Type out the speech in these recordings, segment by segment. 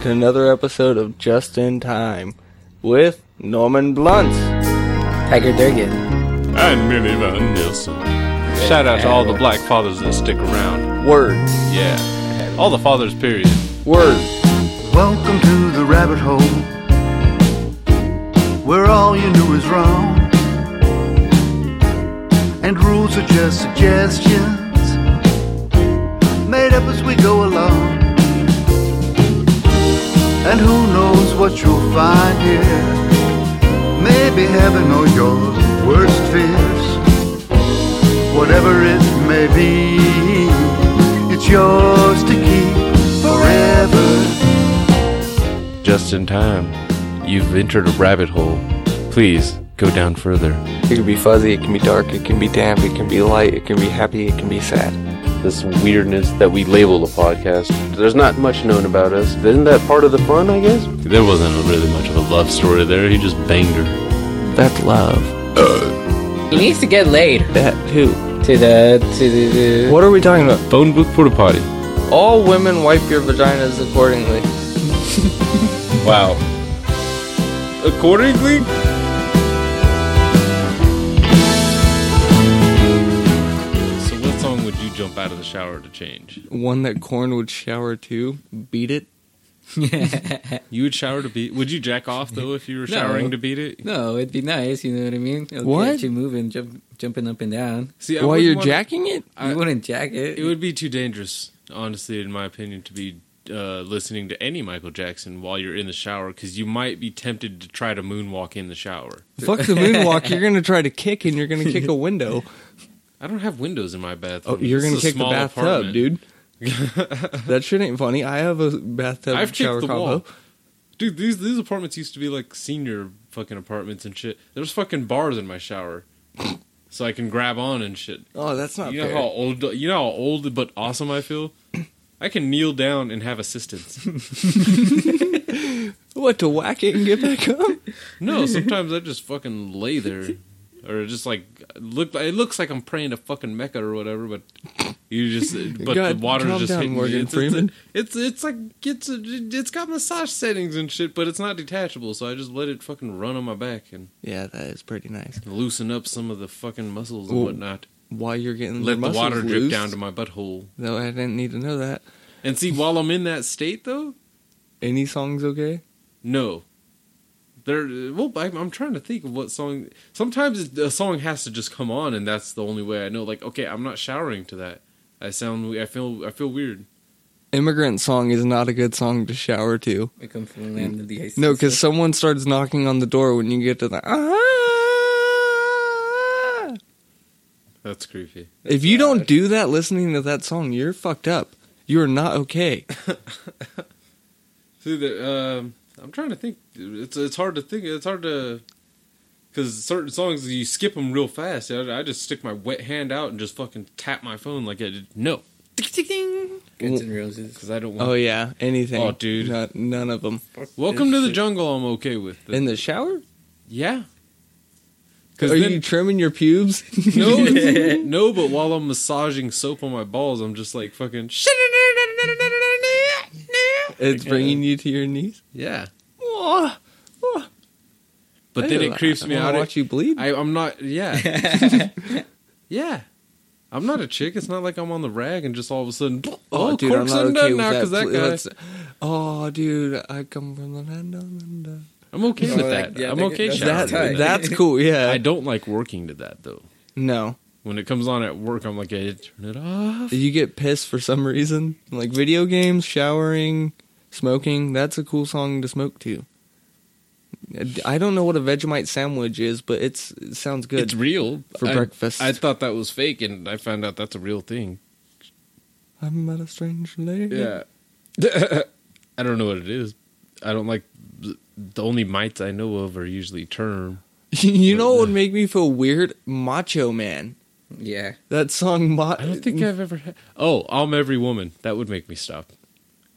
to another episode of Just in Time with Norman Blunt. Tiger Durgan. And Millie Van Nielsen. Shout out to all the black fathers that stick around. Word. Yeah. All the fathers, period. Word. Welcome to the rabbit hole where all you knew is wrong and rules are just suggestions made up as we go along. And who knows what you'll find here? Maybe heaven or your worst fears, whatever it may be, it's yours to keep forever. Just in time. You've entered a rabbit hole. Please go down further. It can be fuzzy, it can be dark, it can be damp, it can be light, it can be happy, it can be sad. this weirdness that we label the podcast. There's not much known about us. Isn't that part of the fun, I guess? There wasn't really much of a love story there. He just banged her. That's love. He needs to get laid. That who? To the to the, the What are we talking about? Phone booth porta potty. All women wipe your vaginas accordingly. Wow. Accordingly? So, what song would you jump out of the shower to change? One that corn would shower to. Beat it. You would shower to beat. Would you jack off, though, if you were No. showering to beat it? No, it'd be nice. You know what I mean? It'll What? Get you moving, jump, jumping up and down. See, While wouldn't you're wanna- jacking it? I- you wouldn't jack it. It would be too dangerous, honestly, in my opinion, to be uh, listening to any Michael Jackson while you're in the shower because you might be tempted to try to moonwalk in the shower. Fuck the moonwalk. You're going to try to kick and you're going to kick a window. I don't have windows in my bathroom. Oh, you're This going to is a kick the small bathtub, apartment. dude. that shit ain't funny. I have a bathtub I've kicked shower the combo. wall. Dude, these these apartments used to be like senior fucking apartments and shit. There's fucking bars in my shower, so I can grab on and shit. Oh, that's not you know fair. how old you know how old but awesome I feel. I can kneel down and have assistance. What, to whack it and get back up? No, sometimes I just fucking lay there, or just like look. It looks like I'm praying to fucking Mecca or whatever, but you just but God, the water's calm just down, hitting Morgan you. It's, Freeman. It's, it's like it's a, it's got massage settings and shit, but it's not detachable, so I just let it fucking run on my back and yeah, that is pretty nice. loosen up some of the fucking muscles and Well, whatnot. While you're getting Let your the muscles water drip loose, down to my butthole. No, I didn't need to know that. And see, while I'm in that state though, Any songs okay? No. There, well, I, I'm trying to think of what song. Sometimes it- a song has to just come on, and that's the only way I know. Like, okay, I'm not showering to that. I sound, we- I feel, I feel weird. Immigrant song is not a good song to shower to. We come from the land of the ice. No, and because stuff. someone starts knocking on the door when you get to the. Ah! That's creepy. If you don't do that listening to that song, you're fucked up. You are not okay. See, the, um, I'm trying to think. It's it's hard to think. It's hard to because certain songs you skip them real fast. I, I just stick my wet hand out and just fucking tap my phone like I did. No, Guns and Roses. because I don't want. Oh, yeah. Anything. Oh, dude. Not, none of them. Welcome to the jungle. I'm okay with. In the shower? yeah. Are Because then you trimming your pubes? No, no, but while I'm massaging soap on my balls, I'm just like fucking. it's bringing you to your knees? Yeah, Oh, oh. but then it creeps me I wanna out. watch you bleed. I, I'm not. Yeah, yeah. I'm not a chick. It's not like I'm on the rag and just all of a sudden. Oh, corks undone now because that Pl- guy. let's- oh, dude, I come from the land of undone. I'm okay Oh, with like, that. yeah, I'm that- okay. showering. that's tight. That, that's cool. Yeah. I don't like working to that though. no. When it comes on at work, I'm like, hey, turn it off. You get pissed for some reason. Like video games, showering, smoking. That's a cool song to smoke to. I don't know what a Vegemite sandwich is, but it's it sounds good. It's real For I- breakfast. I thought that was fake, and I found out that's a real thing. I'm not a strange lady. Yeah. I don't know what it is. I don't like the only mites I know of are usually term. you know what would make me feel weird? Macho Man. Yeah. That song. Ma- I don't think I've ever had. Oh, I'm every woman. That would make me stop.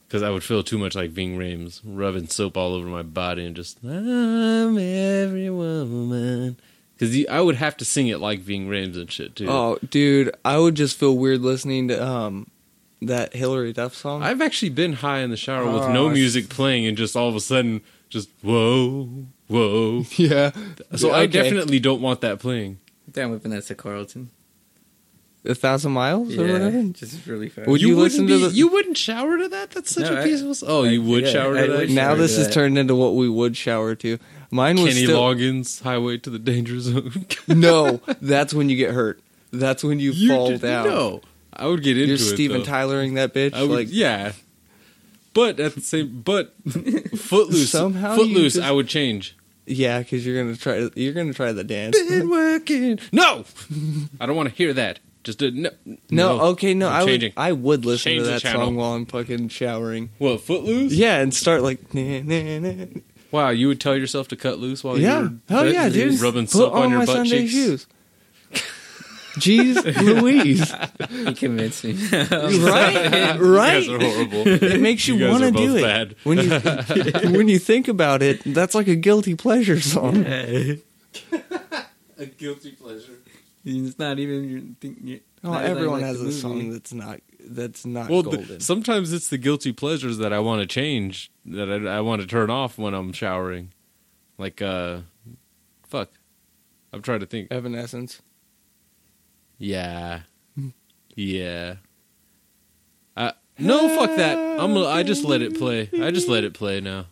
Because I would feel too much like Ving Rames, rubbing soap all over my body and just, I'm every woman. Because I would have to Oh, sing it like Ving Rames and shit, too. Oh, dude, I would just feel weird listening to um that Hillary Duff song. I've actually been high in the shower with Oh, no it's- music playing and just all of a sudden just whoa, whoa. yeah. So I Okay. definitely don't want that playing. Damn, whipping that to Carlton. a thousand miles or Yeah, whatever. just really fast. Would you wouldn't listen to be- the- you wouldn't shower to that? That's such No, a I- peaceful s- Oh, you I- would yeah, shower I to that? would Now Sure, this has that- turned into what we would shower to. Mine was Kenny still Loggins, Highway to the Danger Zone. no. That's when you get hurt. That's when you, fall did- down. No, I would get into You're it. Steven though. Tylering that bitch. I would, like yeah. But at the same, but Footloose, Somehow you Footloose, just- I would change. yeah, because you're gonna try. You're gonna try the dance. Been working. No, I don't want to hear that. Just a, no, No, okay, no, I'm i would. changing. I would listen Change to the that channel. song while I'm fucking showering. What Footloose? Yeah, and start like. Nah, nah, nah. Wow, you would tell yourself to cut loose while Yeah, Oh, you're hell yeah, dude! rubbing Put soap on, on your my butt Sunday cheeks. shoes. Jeez, Louise! You convinced me. Right, You guys right. are horrible. It makes you, You guys want to are do both it bad. when you when you think about it. That's like a guilty pleasure song. a guilty pleasure. it's not even your thing. your- Oh, not even everyone like has the a movie. song that's not that's not Well, golden. th- sometimes it's the guilty pleasures that I want to change that I, I want to turn off when I'm showering. Like, uh, fuck. I'm trying to think. Evanescence. Hmm. Yeah, yeah. I, no, fuck that. I'm. I just let it play. I just let it play now.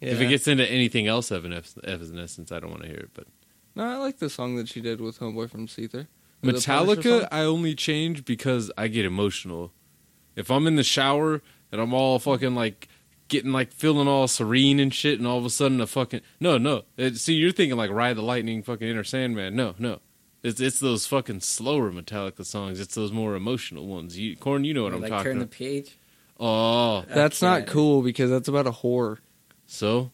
If it Yeah. gets into anything else of an Evanescence, I don't want to hear it. But no, I like the song that she did with Homeboy from Seether. The Punisher Metallica, song? I only change because I get emotional. If I'm in the shower and I'm all fucking like getting like feeling all serene and shit, and all of a sudden a fucking no, no. It, see, you're thinking like Ride the Lightning, fucking Inner Sandman. No, no. It's it's those fucking slower Metallica songs. It's those more emotional ones. You, Corn, you know what I'm like talking turn the about. page. oh, That's not Okay. cool because that's about a whore. so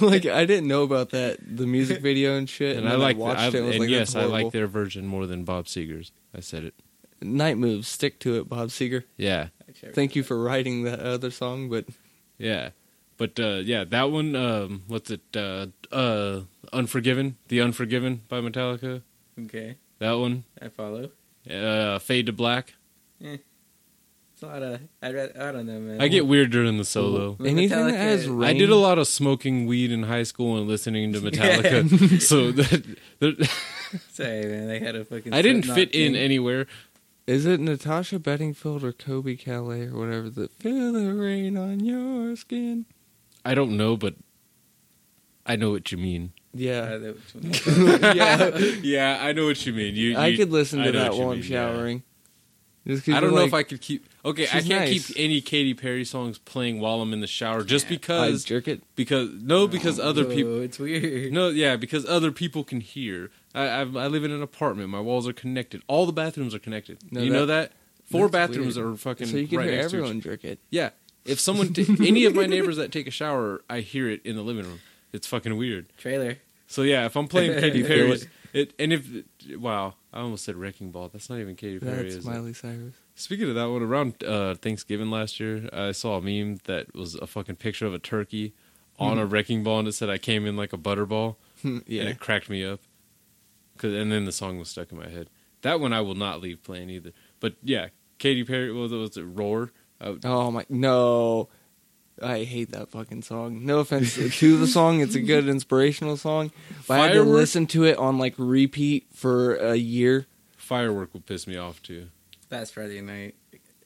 like I didn't know about that the music video and shit, and, and, I then like watched I, it. And was and like, yes, I like that. their version more than Bob Seger's. I said it. Night moves. Stick to it, Bob Seger. Yeah. Thank you for writing that other song, but Yeah. But uh, yeah, that one. Um, what's it? Uh, uh, Unforgiven, the Unforgiven by Metallica. Okay, That one. I follow. Uh, Fade to Black. It's a lot of. I, read, I don't know, man. I get weird during the solo. With anything that Metallica, has rain. I did a lot of smoking weed in high school and listening to Metallica, so that, that- Sorry, man. They had a fucking. I didn't Slipknot fit in thing. anywhere. Is it Natasha Bedingfield or Kobe Calais or whatever? The feel the rain on your skin. I don't know, but I know what you mean. Uh, Yeah, that was- yeah. yeah, I know what you mean. You, I you- could listen I to know that what you while I'm mean, yeah. showering. Just 'cause I don't you're know like, if I could keep. Okay, I She's can't nice. keep any Katy Perry songs playing while I'm in the shower, just I because. jerk it. Because Oh, no, because other Whoa, people. It's weird. No, yeah, because other people can hear. I, I I live in an apartment. My walls are connected. All the bathrooms are connected. No, you that- know that four that's bathrooms weird. are fucking So you can right hear next to each- everyone jerk it. Yeah, if someone t- any of my neighbors that take a shower, I hear it in the living room. It's fucking weird. Trailer. So yeah, if I'm playing Katy You feel Perry, it? it, and if wow, I almost said wrecking ball. That's not even Katy Perry. That's is it? Miley Cyrus. Speaking of that one, around uh, Thanksgiving last year, I saw a meme that was a fucking picture of a turkey Hmm. on a wrecking ball, and it said, "I came in like a butterball," and yeah. it cracked me up. 'Cause- and then the song was stuck in my head. That one I will not leave playing either. But yeah, Katy Perry what was it Roar? I, Oh my no. I hate that fucking song. No offense to the song, it's a good inspirational song. But I had to Firework? listen to it on like repeat for a year. firework would piss me off too. Last Friday night.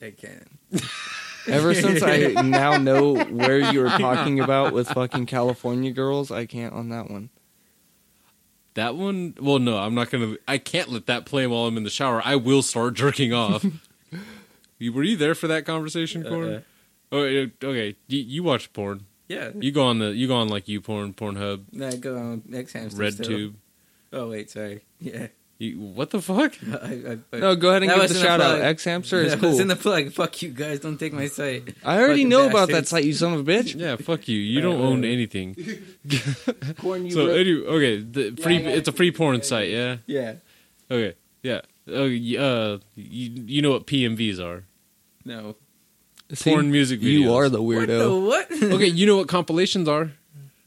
I can't. Ever since I now know where you were talking about with fucking California girls, I can't on that one. That one, well, no, I'm not gonna. I can't let that play while I'm in the shower. I will start jerking off. you were you there for that conversation, Corn? Uh, Oh, uh, okay. You, you watch porn. yeah. You go on the you go on like YouPorn, PornHub, No, go on. Next hamster. RedTube. Oh wait, sorry. Yeah. You, what the fuck? I, I, I, No, go ahead and That give was the in the shout out. plug. X Hamster is That cool. was in the plug. Fuck you guys. Don't take my site. I already fucking know about that bastards. site, you son of a bitch. Yeah, fuck you. You don't own anything. Corn, you So wrote- anyway, okay, the free it's a free porn site, yeah. Yeah. Okay, yeah. Oh, y- uh, you you know what PMVs are? No. See, porn music You videos. are the What the weirdo. what? Okay, you know what compilations are?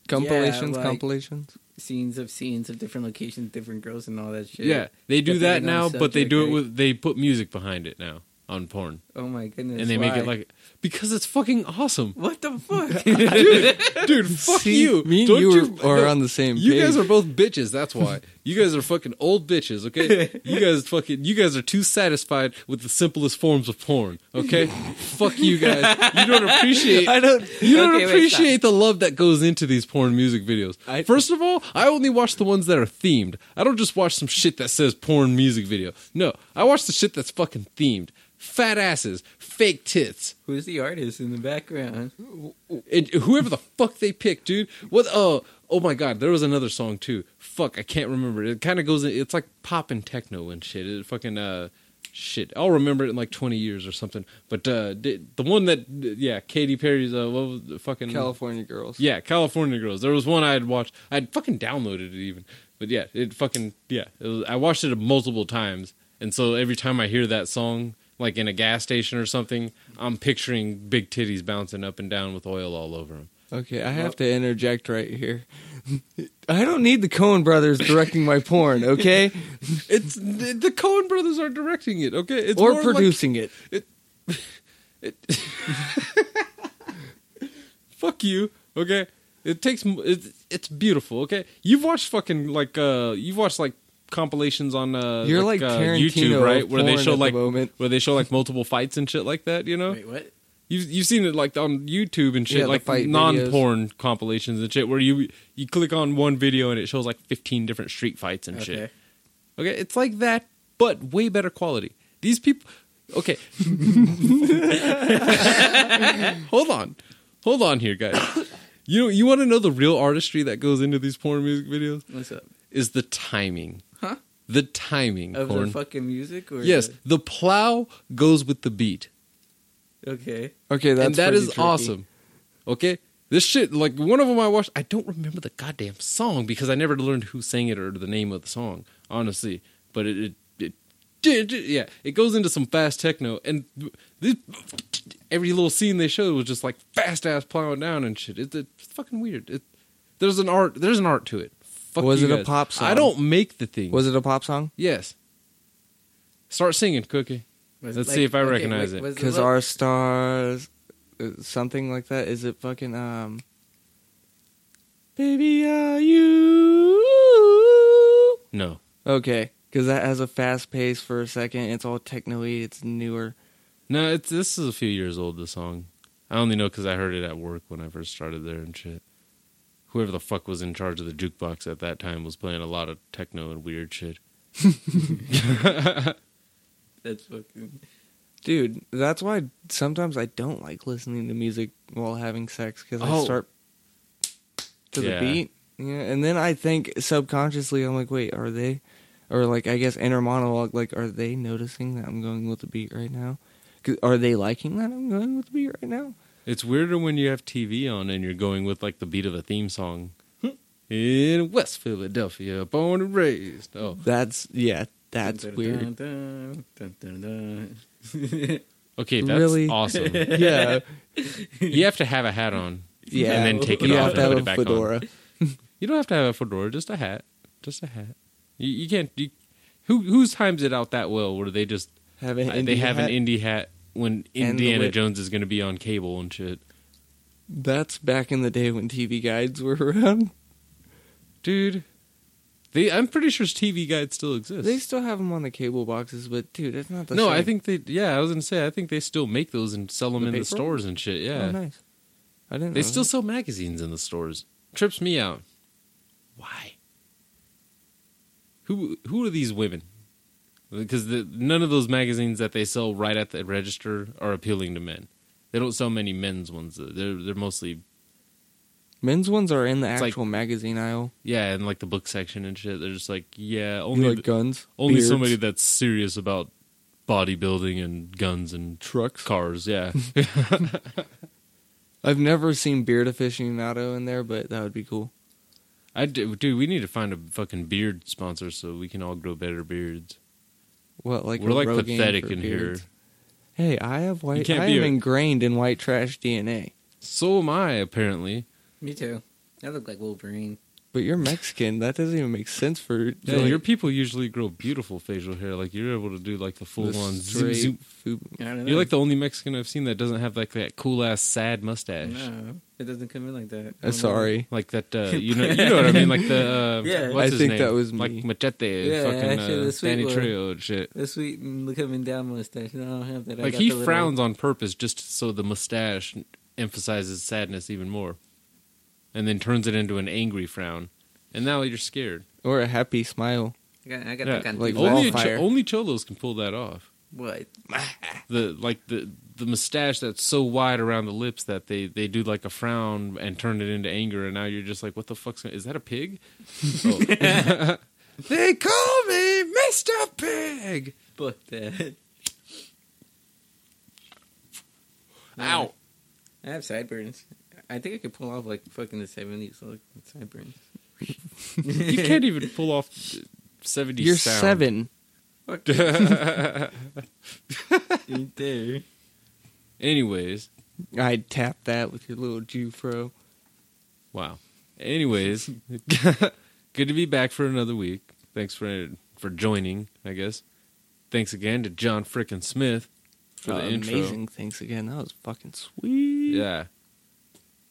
Compilations, like- compilations. scenes of scenes of different locations, different girls, and all that shit. Yeah, they do Depending that on now, the but they subject, do it right? with they put music behind it now on porn. Oh my goodness. and they make why? it like because it's fucking awesome, What the fuck? dude. Fuck See, you. Me and Don't you, are, are no, on the same page. You guys are both bitches. That's why you guys are fucking old bitches. Okay, you guys fucking you guys are too satisfied with the simplest forms of porn. Okay, fuck you guys. You don't appreciate. I don't. You don't Okay, wait, appreciate the love that goes into these porn music videos. I- First of all, I only watch the ones that are themed. I don't just watch some shit that says porn music video. No, I watch the shit that's fucking themed. Fat asses, fake tits, Who's the artist in the background? and whoever the fuck they pick, dude. What? Oh, oh my god, there was another song too. Fuck, I can't remember. It kind of goes. in- It's like pop and techno and shit. It fucking uh, shit. I'll remember it in like twenty years or something. But uh, the the one that yeah, Katy Perry's uh, what was the fucking California girls. yeah, California Girls. There was one I had watched. I had fucking downloaded it even. But yeah, it fucking yeah. It was, I watched it multiple times, and so every time I hear that song, like in a gas station or something, I'm picturing big titties bouncing up and down with oil all over them. Okay, I have to interject right here. I don't need the Cohen brothers directing my porn, okay? It's the Cohen brothers are directing it. Okay, it's or more producing it. Like, it, fuck you. Okay, it takes. m- It's, it's beautiful. Okay, you've watched fucking like uh, you've watched like compilations on uh, You're like, uh, Tarantino YouTube, right? Where they show like the moment. where they show like multiple fights and shit like that. You know, Wait, what? you've you've seen it like on YouTube and shit, Yeah, the like fight videos. non-porn compilations and shit, where you you click on one video and it shows like fifteen different street fights and shit. Okay. Okay, it's like that, but way better quality. These people. Okay, hold on, hold on here, guys. You you want to know the real artistry that goes into these porn music videos What's up? is the timing. Huh? The timing, Of corn. the fucking music or yes, the- the plow goes with the beat okay. Okay, that's and that pretty is tricky. awesome. Okay, this shit like one of them I watched. I don't remember the goddamn song because I never learned who sang it or the name of the song, honestly. But it it, it did did- yeah. It goes into some fast techno, and this, every little scene they showed was just like fast ass plowing down and shit. It, it's fucking weird. It, there's an art. There's an art to it. Fuck Was you it a guys. pop song? I don't make the thing. Was it a pop song? yes. Start singing, Cookie. Was Let's see if I recognize it. was Because look- our stars, uh, something like that. Is it fucking um? Baby, are you No. okay? Because that has a fast pace for a second. It's all techno-y. It's newer. No, it's this is a few years old. The song, I only know because I heard it at work when I first started there and shit. Whoever the fuck was in charge of the jukebox at that time was playing a lot of techno and weird shit. that's fucking Dude, that's why sometimes I don't like listening to music while having sex because I Oh. start to the Yeah. beat. Yeah, and then I think subconsciously I'm like, wait, are they, or like I guess inner monologue, like are they noticing that I'm going with the beat right now? 'Cause- Are they liking that I'm going with the beat right now? It's weirder when you have TV on and you're going with like the beat of a theme song. in West Philadelphia, born and raised. Oh, That's yeah, that's Dun, dun, weird. dun, dun, dun, dun. okay, that's Really? awesome. yeah, You have to have a hat on. yeah. And then take it you off have to and have a put it back on. fedora. You don't have to have a fedora, just a hat, just a hat. You, you can't. You, who who's times it out that well where they just Have an Uh, they indie have hat. an indie hat when And the Indiana whip. Jones is going to be on cable and shit. That's back in the day when TV guides were around. Dude, they I'm pretty sure TV guides still exist. They still have them on the cable boxes, but dude, it's not the no, same. I think they yeah, I was going to say I think they still make those and sell them The in the paper? stores and shit. Yeah. Oh, nice. I didn't. They know still that. sell magazines in the stores. Trips me out. Why? Who who are these women? Because the, none of those magazines that they sell right at the register are appealing to men. They don't sell many men's ones. They're they're mostly men's ones are in the It's like- actual magazine aisle. yeah, and like the book section and shit. They're just like yeah, You only like guns, only beards, somebody that's serious about bodybuilding and guns and trucks. cars. Yeah, I've never seen beard aficionado in there, but that would be cool. I do, dude. We need to find a fucking beard sponsor so we can all grow better beards. What like We're a like Rogaine pathetic for in beards. here. Hey, I have white. can't I be am a- ingrained in white trash DNA. So am I apparently. Me too. I look like Wolverine. But you're Mexican. That doesn't even make sense for Yeah, like, your people usually grow beautiful facial hair. Like you're able to do like the full the on zoom straight zoom. food- I don't know. You're like the only Mexican I've seen that doesn't have like that cool ass sad mustache. No, it doesn't come in like that. Uh, sorry. Like that, uh, you know, you know what I mean. Like the uh, Yeah. what's I his think name? that was like me. Machete, Yeah, fucking actually, uh, the sweet Danny one. Trejo and shit. The sweet mm, coming down mustache. No, I don't have that. I Like got he the little- frowns on purpose just so the mustache emphasizes sadness even more, and then turns it into an angry frown, and now you're scared. or a happy smile. I got, I got Yeah, like the candy. only a cho- wildfire. only cholos can pull that off. what? The like the the mustache that's so wide around the lips that they they do like a frown and turn it into anger, and now you're just like, what the fuck's gonna, is that a pig? Oh. they call me Mister Pig. Fuck that. Ow. I have sideburns. I think I could pull off like fucking the seventies like sideburns. You can't even pull off seventy. You're sound. seven. Fuck that. Ain't there. Anyways, I'd tap that with your little Jew fro. Wow. Anyways, good to be back for another week. Thanks for for joining. I guess. Thanks again to John Frickin' Smith for the Uh, intro. amazing things again. That was fucking sweet. Yeah.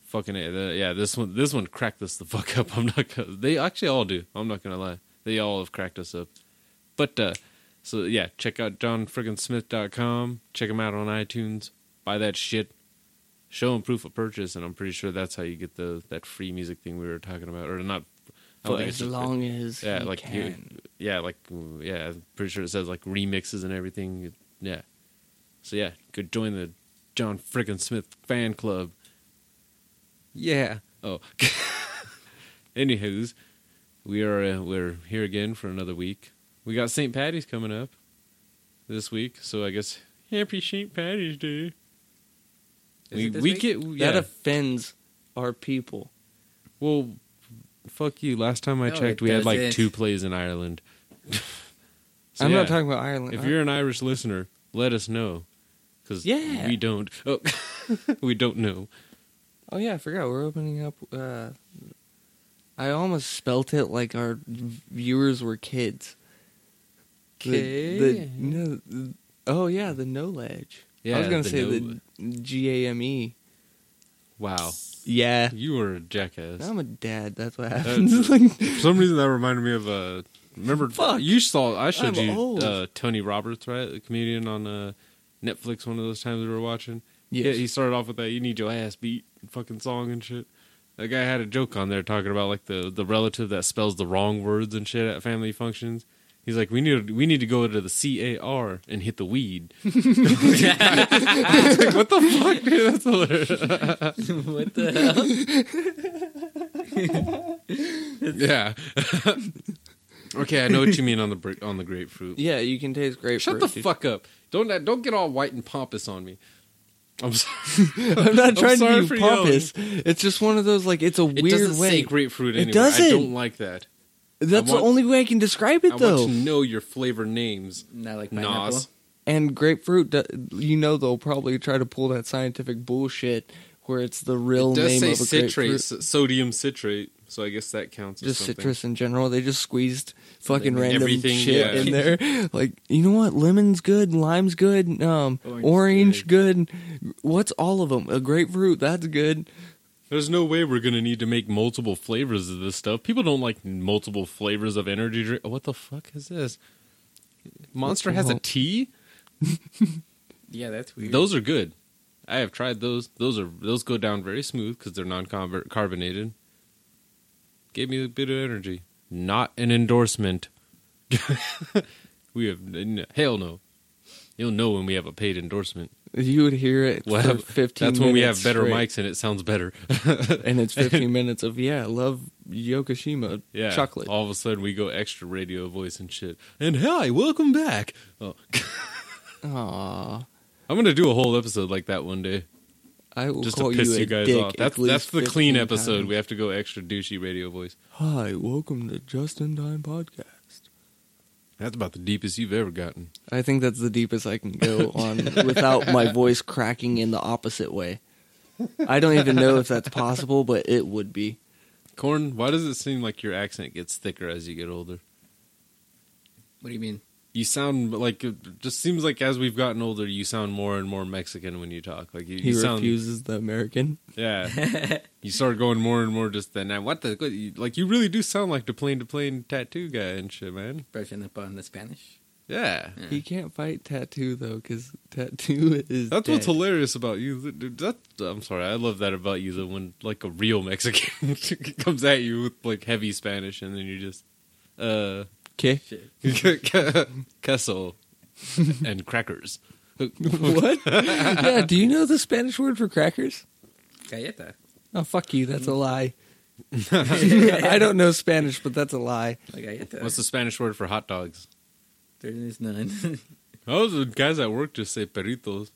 Fucking A, the- yeah. This one this one cracked us the fuck up. I'm not. Gonna, they actually all do. I'm not gonna lie. They all have cracked us up. But uh so yeah, check out johnfrickinsmith.com. Check him out on iTunes. Buy that shit. Show him proof of purchase, and I'm pretty sure that's how you get the that free music thing we were talking about, or not. I don't For think as it's- long as yeah, you like can. you- yeah, like yeah. I'm pretty sure it says like remixes and everything. Yeah. So yeah, go join the John Frickin' Smith fan club. Yeah. Oh. Anywho's, we are uh, we're here again for another week. We got St. Patty's coming up this week, so I guess happy St. Patty's Day. Is we it this we week? get yeah. That offends our people. well, fuck you. Last time I No, checked, it we had like doesn't. two plays in Ireland. So, I'm yeah. not talking about Ireland. If you're an Irish listener, let us know. Because Yeah. we don't. Oh, we don't know. oh yeah, I forgot we're opening up. Uh, I almost spelt it like our viewers were kids. The- the- Kid. no, the- oh yeah, the no ledge. I was Yeah, gonna the say no- the G A M E. Wow. Yeah, You are a jackass. I'm a dad. That's what That's- happens. Like, For some reason, that reminded me of Uh, remember, Fuck. you saw. I showed I'm you old. uh, Tony Roberts, right? The comedian on uh, Netflix. One of those times we were watching. Yes. Yeah, he started off with that "You Need Your Ass Beat" fucking song and shit. That guy had a joke on there talking about like the the relative that spells the wrong words and shit at family functions. He's like, we need we need to go to the C A R and hit the weed. It's like, what the fuck, dude? That's hilarious. what the hell? yeah. okay, I know what you mean on the br- on the grapefruit. yeah, you can taste grapefruit. Shut the dude. fuck up! Don't don't get all white and pompous on me. I'm sorry. I'm not trying sorry to for be yelling. pompous. It's just one of those like it's a It weird doesn't way. say grapefruit It anywhere. I doesn't. don't like that. That's I want- the only way I can describe I it want though. to know your flavor names. Not like pineapple. Nas. And grapefruit, do- you know, they'll probably try to pull that scientific bullshit where it's the real It does name say of a citrate, grapefruit. s- sodium citrate. So I guess that counts. As Just something. citrus in general. They just squeezed fucking Lemon. random Everything, shit yeah. in there. Like, you know what? Lemon's good, lime's good, um, Orange's orange, good. What's all of them? A grapefruit, that's good. There's no way we're gonna need to make multiple flavors of this stuff. People don't like multiple flavors of energy drink. What the fuck is this? Monster has a Well- tea. Yeah, that's weird. Those are good. I have tried those. Those are those go down very smooth because they're non-carbonated. Gave me a bit of energy. Not an endorsement. we have n- hell no. You'll know when we have a paid endorsement. You would hear it We'll for have- 15 That's when we have minutes better straight. mics and it sounds better. And it's 15 minutes of, yeah, I love Yokoshima yeah, chocolate. All of a sudden we go extra radio voice and shit. And hi, welcome back. Oh, Aww. I'm gonna do a whole episode like that one day. I will just to call piss you, you, a guys dick off. at That's least that's the clean 15 episode. times. We have to go extra douchey radio voice. Hi, welcome to Just in Time Podcast. That's about the deepest you've ever gotten. I think that's the deepest I can go on without my voice cracking in the opposite way. I don't even know if that's possible, but it would be. Corn, why does it seem like your accent gets thicker as you get older? What do you mean? You sound like it just seems like as we've gotten older, you sound more and more Mexican when you talk. Like you, He you sound, refuses the American. yeah. you start going more and more just then. What the you- like? You really do sound like the plane to plane tattoo guy and shit, man. Brushing up on the Spanish. Yeah. Yeah. He can't fight tattoo though, because tattoo is. That's dead. what's hilarious about you. That I'm sorry, I love that about you. That when like a real Mexican comes at you with like heavy Spanish, and then you just uh, okay. Shit. queso and crackers. what? yeah. Do you know the Spanish word for crackers? Galleta. Oh fuck you. That's a lie. I don't know Spanish, but that's a lie. La galleta. What's the Spanish word for hot dogs? there is none. Oh, the guys at work just say perritos.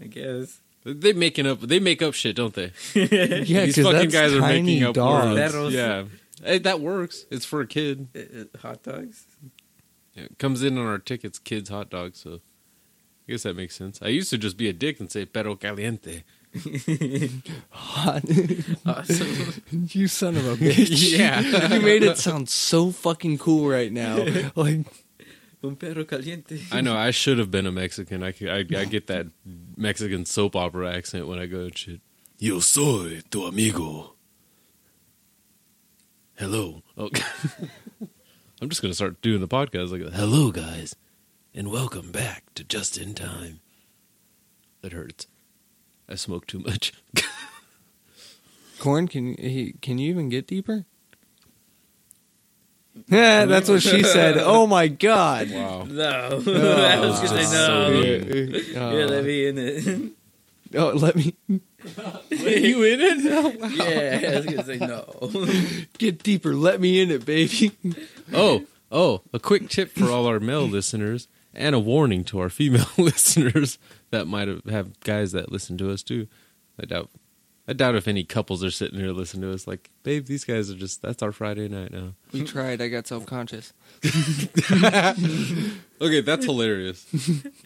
I guess. Uh, They making up. They make up shit, don't they? Yeah, These 'cause fucking that's guys are tiny making up dogs. words. Perros. Yeah, hey, that works. It's for a kid. Uh, uh, hot dogs? It comes in on our tickets, kids hot dogs. So I guess that makes sense. I used to just be a dick and say perro caliente. Hot. Awesome. you son of a bitch. Yeah. you made it sound so fucking cool right now. Like Un perro caliente. I know I should have been a Mexican. I, c- I- I get that Mexican soap opera accent when I go and shit. Yo soy tu amigo. Hello. Oh. I'm just gonna start doing the podcast like that. Hello, guys, and welcome back to Just in Time. It hurts. I smoke too much. Corn, can he, can you even get deeper? Yeah, that's what she said. Oh my god. Wow. No. I was gonna say no. yeah, let Uh, me in it. oh, let me you in it? yeah, I was gonna say no. get deeper. Let me in it, baby. Oh, oh, a quick tip for all our male listeners and a warning to our female listeners that might have, have guys that listen to us too. I doubt I doubt if any couples are sitting here listening to us like, babe, these guys are just that's our Friday night now. We tried. I got self conscious. Okay, that's hilarious.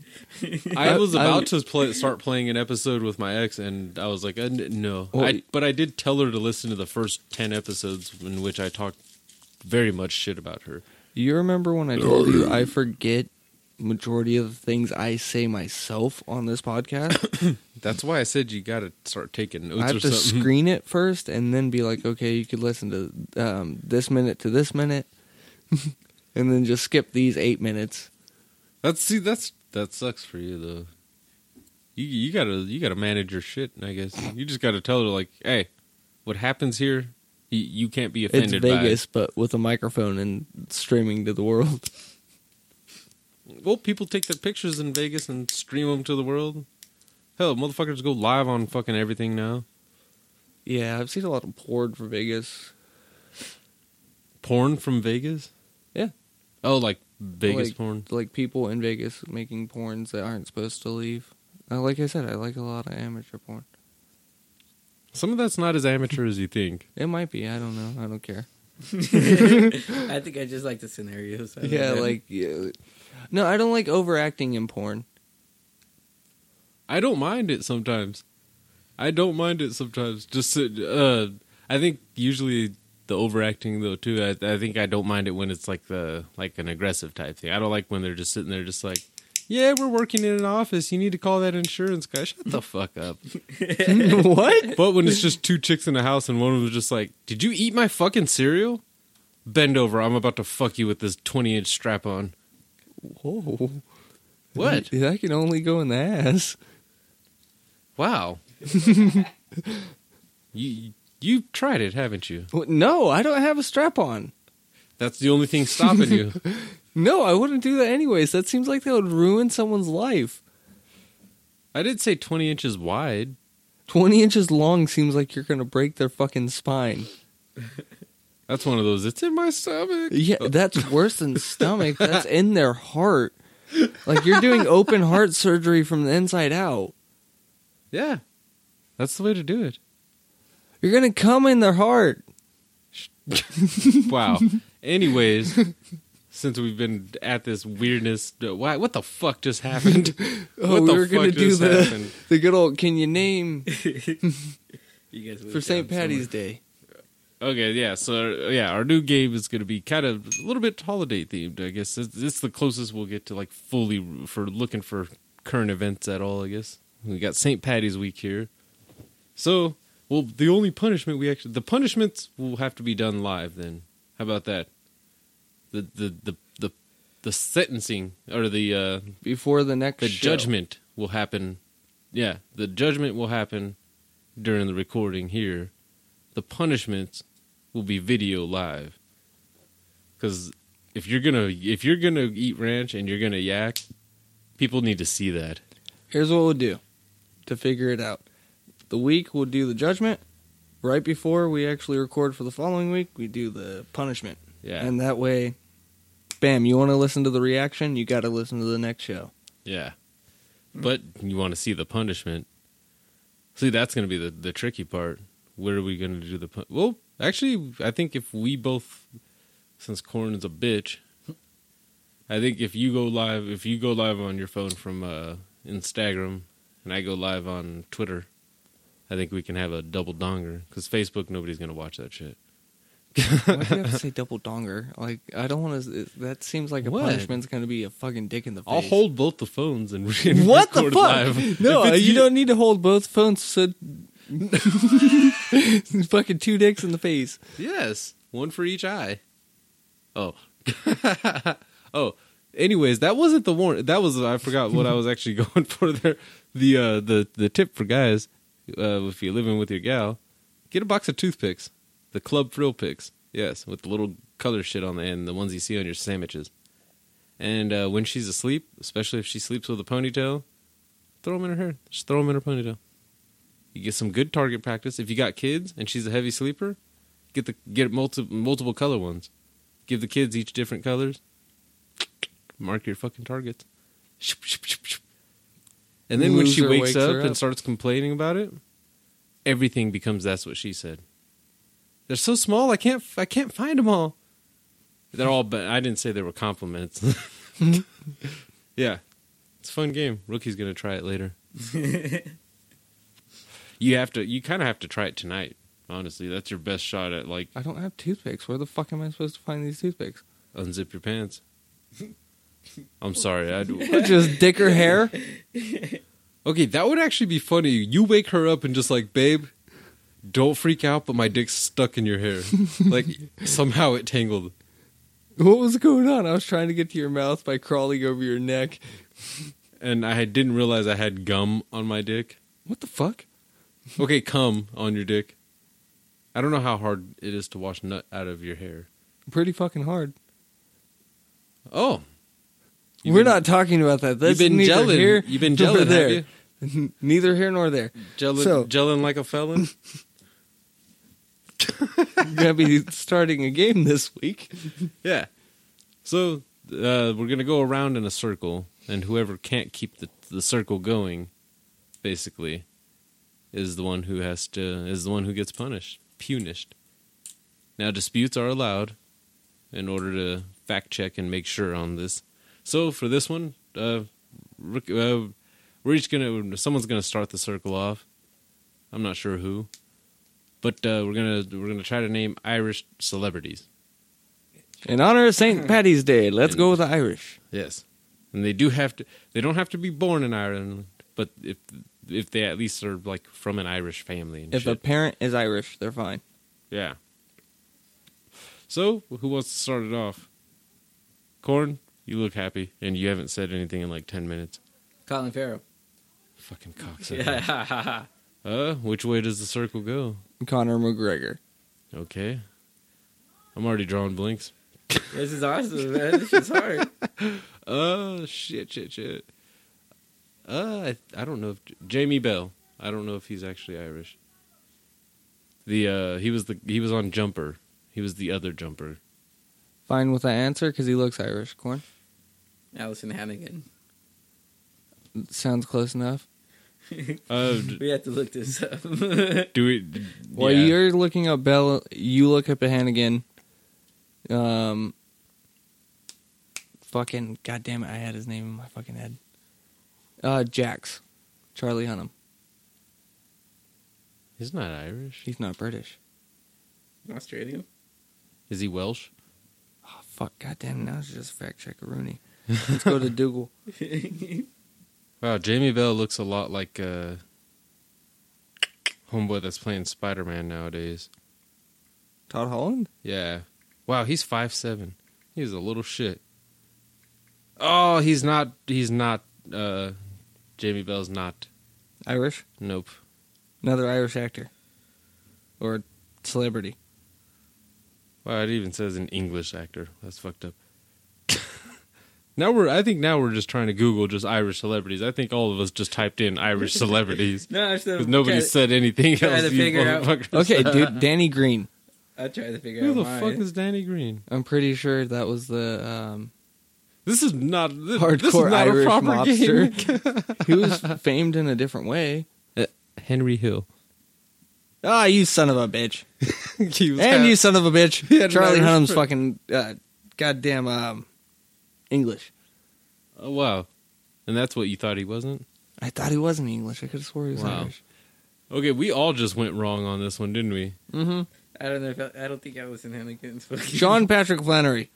I was about to play, start playing an episode with my ex, and I was like, uh, n- "No," Well- I, but I did tell her to listen to the first ten episodes in which I talked very much shit about her. You remember when I told you I forget majority of the things I say myself on this podcast? That's why I said you got to start taking notes I or have to something. screen it first and then be like, okay, you could listen to um, this minute to this minute, and then just skip these eight minutes. That's see, that's that sucks for you though. You you gotta you gotta manage your shit. I guess you just gotta tell her like, hey, what happens here, you, you can't be It's offended. Vegas, but with a microphone and streaming to the world. By it. Well, people take their pictures in Vegas and stream them to the world. Hell, motherfuckers go live on fucking everything now. Yeah, I've seen a lot of porn for Vegas. Porn from Vegas. Yeah. Oh, like Vegas Like- porn. Like people in Vegas making porns that aren't supposed to leave. Uh, like I said, I like a lot of amateur porn. Some of that's not as amateur as you think. It might be. I don't know. I don't care. I think I just like the scenarios. I don't Yeah, know. like yeah. no, I don't like overacting in porn. I don't mind it sometimes. I don't mind it sometimes. Just uh, I think usually the overacting though too. I, I think I don't mind it when it's like the like an aggressive type thing. I don't like when they're just sitting there just like, yeah, we're working in an office. You need to call that insurance guy. Shut the fuck up. what? But when it's just two chicks in a house and one of them's just like, did you eat my fucking cereal? Bend over. I'm about to fuck you with this 20 inch strap on. Whoa! What? That can only go in the ass. Wow. you you tried it, haven't you? What- No, I don't have a strap on. That's the only thing stopping you. No, I wouldn't do that anyways. That seems like that would ruin someone's life. I did say 20 inches wide. 20 inches long seems like you're going to break their fucking spine. That's one of those. It's in my stomach. Yeah, that's worse than stomach. That's in their heart. Like you're doing open heart surgery from the inside out. Yeah. That's the way to do it. You're going to come in their heart. Wow. Anyways, since we've been at this weirdness, why what the fuck just happened? Oh, what we the were going to fuck do just the, happened? the good old can you name you guys for moved St. down Patty's Day? Okay, yeah. So yeah, our new game is going to be kind of a little bit holiday themed. I guess it's, it's the closest we'll get to like fully for looking for current events at all. I guess we got St. Patty's week here, so well the only punishment we actually the punishments will have to be done live. Then how about that? The the the the, the sentencing or the uh, before the next the show. judgment will happen. Yeah, the judgment will happen during the recording here. The punishments will be video live. Cuz if you're going to if you're going to eat ranch and you're going to yak, people need to see that. Here's what we'll do to figure it out. The week we'll do the judgment. Right before we actually record for the following week, we do the punishment. Yeah. And that way, bam, you want to listen to the reaction, you got to listen to the next show. yeah. But you want to see the punishment. See, that's going to be the the tricky part. Where are we going to do the pun- Well, actually, I think if we both since Corn's a bitch, I think if you go live, if you go live on your phone from uh, Instagram, and I go live on Twitter, I think we can have a double donger because Facebook nobody's gonna watch that shit. Why do you have to say double donger? Like, I don't want to. That seems like a What? punishment's going to be a fucking dick in the face. I'll hold both the phones and, and What the record fuck? live. No, uh, If you, it's don't need to hold both phones. So fucking two dicks in the face. Yes, one for each eye. Oh, oh. Anyways, that wasn't the warrant. That was I forgot what I was actually going for there. The uh, the the tip for guys, uh, if you're living with your gal, get a box of toothpicks, the club frill picks. Yes, with the little color shit on the end, the ones you see on your sandwiches. And uh, when she's asleep, especially if she sleeps with a ponytail, throw them in her hair. Just throw them in her ponytail. You get some good target practice. If you got kids and she's a heavy sleeper, get the get multiple multiple color ones. Give the kids each different colors. Mark your fucking targets. Shoop, shoop, shoop, shoop. And then when she Loser wakes, wakes up, her and up. starts complaining about it, everything becomes that's what she said. They're so small, I can't I can't find them all. They're all, but I didn't say they were compliments. yeah, it's a fun game. Rookie's gonna try it later. you have to. You kind of have to try it tonight. Honestly, that's your best shot at like I don't have toothpicks. Where the fuck am I supposed to find these toothpicks? unzip your pants. I'm sorry. I do. Just dick her hair. Okay, that would actually be funny. You wake her up and just like, babe, don't freak out, but my dick's stuck in your hair. like somehow it tangled. What was going on? I was trying to get to your mouth by crawling over your neck. and I had- didn't realize I had gum on my dick. What the fuck? Okay, cum on your dick. I don't know how hard it is to wash nut out of your hair. Pretty fucking hard. Oh, You've We're been- not talking about that. That's you've been neither gelling. here you've been nor gelling, there. have you? Neither here nor there. Gelling, So- gelling like a felon. You're gonna be starting a game this week. yeah. So uh, we're gonna go around in a circle, and whoever can't keep the the circle going, basically, is the one who has to is the one who gets punished, punished. Now disputes are allowed, in order to fact check and make sure on this. So for this one, uh, Rick- uh, we're each gonna someone's gonna start the circle off. I'm not sure who, but uh, we're gonna we're gonna try to name Irish celebrities. In honor of St. Patty's Day, let's go with the Irish. Yes, and they do have to. They don't have to be born in Ireland, but if if they at least are like from an Irish family and If a shit. parent is Irish, they're fine. yeah. So who wants to start it off? Corn, you look happy, and you haven't said anything in like ten minutes. Colin Farrell. Fucking cocksucker. Uh, which way does the circle go? Conor McGregor. Okay, I'm already drawing blinks. this is awesome, man. This is hard. Oh shit, shit, shit. Uh, I, I don't know if Jamie Bell. I don't know if he's actually Irish. The uh, he was the he was on Jumper. He was the other Jumper. Fine with the answer because he looks Irish. Corn Allison Hannigan. sounds close enough. Uh, d- We have to look this up. do we? d- While yeah. you're looking up Bell, you look up at Hannigan. Um, fucking goddamn it! I had his name in my fucking head. Uh, Jax, Charlie Hunnam. He's not Irish. He's not British. Australian? Is he Welsh? Oh, fuck, goddamn, now it's just fact check Rooney. Let's go to Dougal. Wow, Jamie Bell looks a lot like uh homeboy that's playing Spider Man nowadays. Todd Holland? Yeah. Wow, he's five seven. He's a little shit. Oh, he's not he's not uh Jamie Bell's not. Irish? Nope. Another Irish actor. Or celebrity. Wow, it even says an English actor. That's fucked up. now we're I think now we're just trying to Google just Irish celebrities. I think all of us just typed in Irish celebrities. No, I still Because nobody tried, said anything try else. to you figure out- motherfuckers. Okay, dude, Danny Green. I tried to figure Who out the why. fuck is Danny Green? I'm pretty sure that was the um This is not this, hardcore this is not Irish a proper mobster. he was famed in a different way. game. Uh, Henry Hill. Ah, you son of a bitch. he was And half- you son of a bitch. had an Charlie Irish Hunnam's fr- fucking uh, goddamn um English. oh, wow. And that's what you thought he wasn't? I thought he wasn't English. I could have swore he was Wow. Irish. Okay, we all just went wrong on this one, didn't we? Mm-hmm. I don't know. If I, I don't think I was in Hennigan's fucking. Sean Patrick Flannery.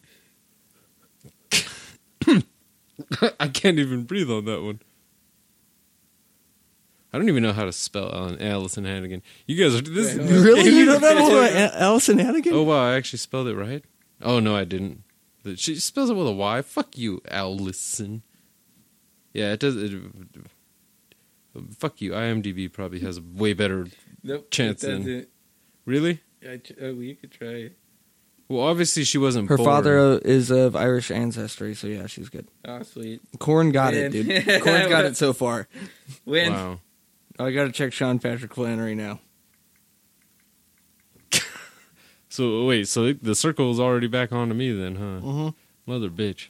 I can't even breathe on that one. I don't even know how to spell Alan Allison Hannigan. You guys are this Wait, is- Really? You know that one? Allison Hannigan? Oh wow, I actually spelled it right? Oh no, I didn't. The- She spells it with a Y. Fuck you, Allison. Yeah, it does. It, fuck you. IMDb probably has a way better. Nope. Chance it then. doesn't. Really? I tr- oh, well, you could try. it. Well, obviously she wasn't. Her born. father uh, is of Irish ancestry, so yeah, she's good. Oh, sweet. Corn got it, Man. dude. Corn got it so far. Win. Wow. I gotta check Sean Patrick Flannery now. So wait, so the circle is already back onto me then, huh? Mhm. Mother bitch.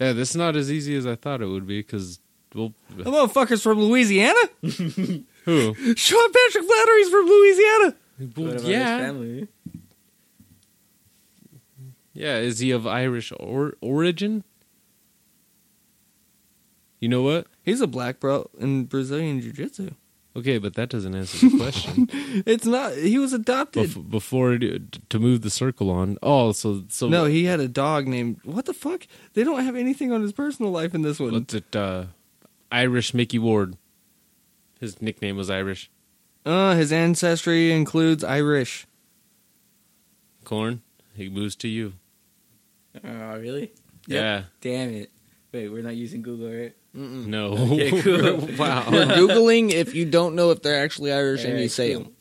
Yeah, this is not as easy as I thought it would be because well, The motherfucker's from Louisiana? who? Sean Patrick Flannery's from Louisiana. Well, What about his yeah, family? yeah. Is he of Irish or- origin? You know what? He's a black bro in Brazilian Jiu Jitsu. Okay, but that doesn't answer the question. It's not, he was adopted. Bef- before it, to move the circle on. Oh, so so no, he had a dog named, what the fuck? They don't have anything on his personal life in this one. what's it? Uh, Irish Mickey Ward. His nickname was Irish Uh, his ancestry includes Irish. Corn. He moves to you. Oh, really? Yeah. Damn it. Wait, we're not using Google, right? No. Okay, cool. wow. We're Googling if you don't know if they're actually Irish and you Alright, say cool.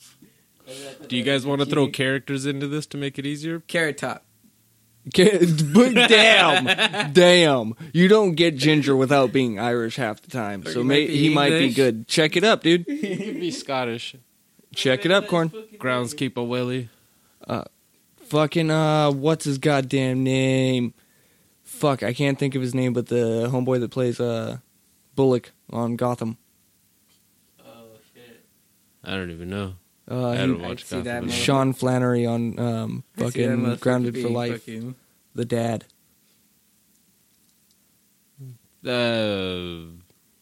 them. Do you guys want to throw characters into this to make it easier? Carrot Top. damn, damn! You don't get ginger without being Irish half the time, Or so you may, might be he might be English. good. Check it up, dude. He'd be Scottish. Check it up, corn. Groundskeeper Willie. Fucking uh, what's his goddamn name? Fuck, I can't think of his name, but the homeboy that plays uh Bullock on Gotham. I don't even know. Uh, I he- don't I'd watch see that Gotham. mother- Sean Flannery on um I see that fucking motherfucker Grounded for being Life. fucking- The dad. Uh,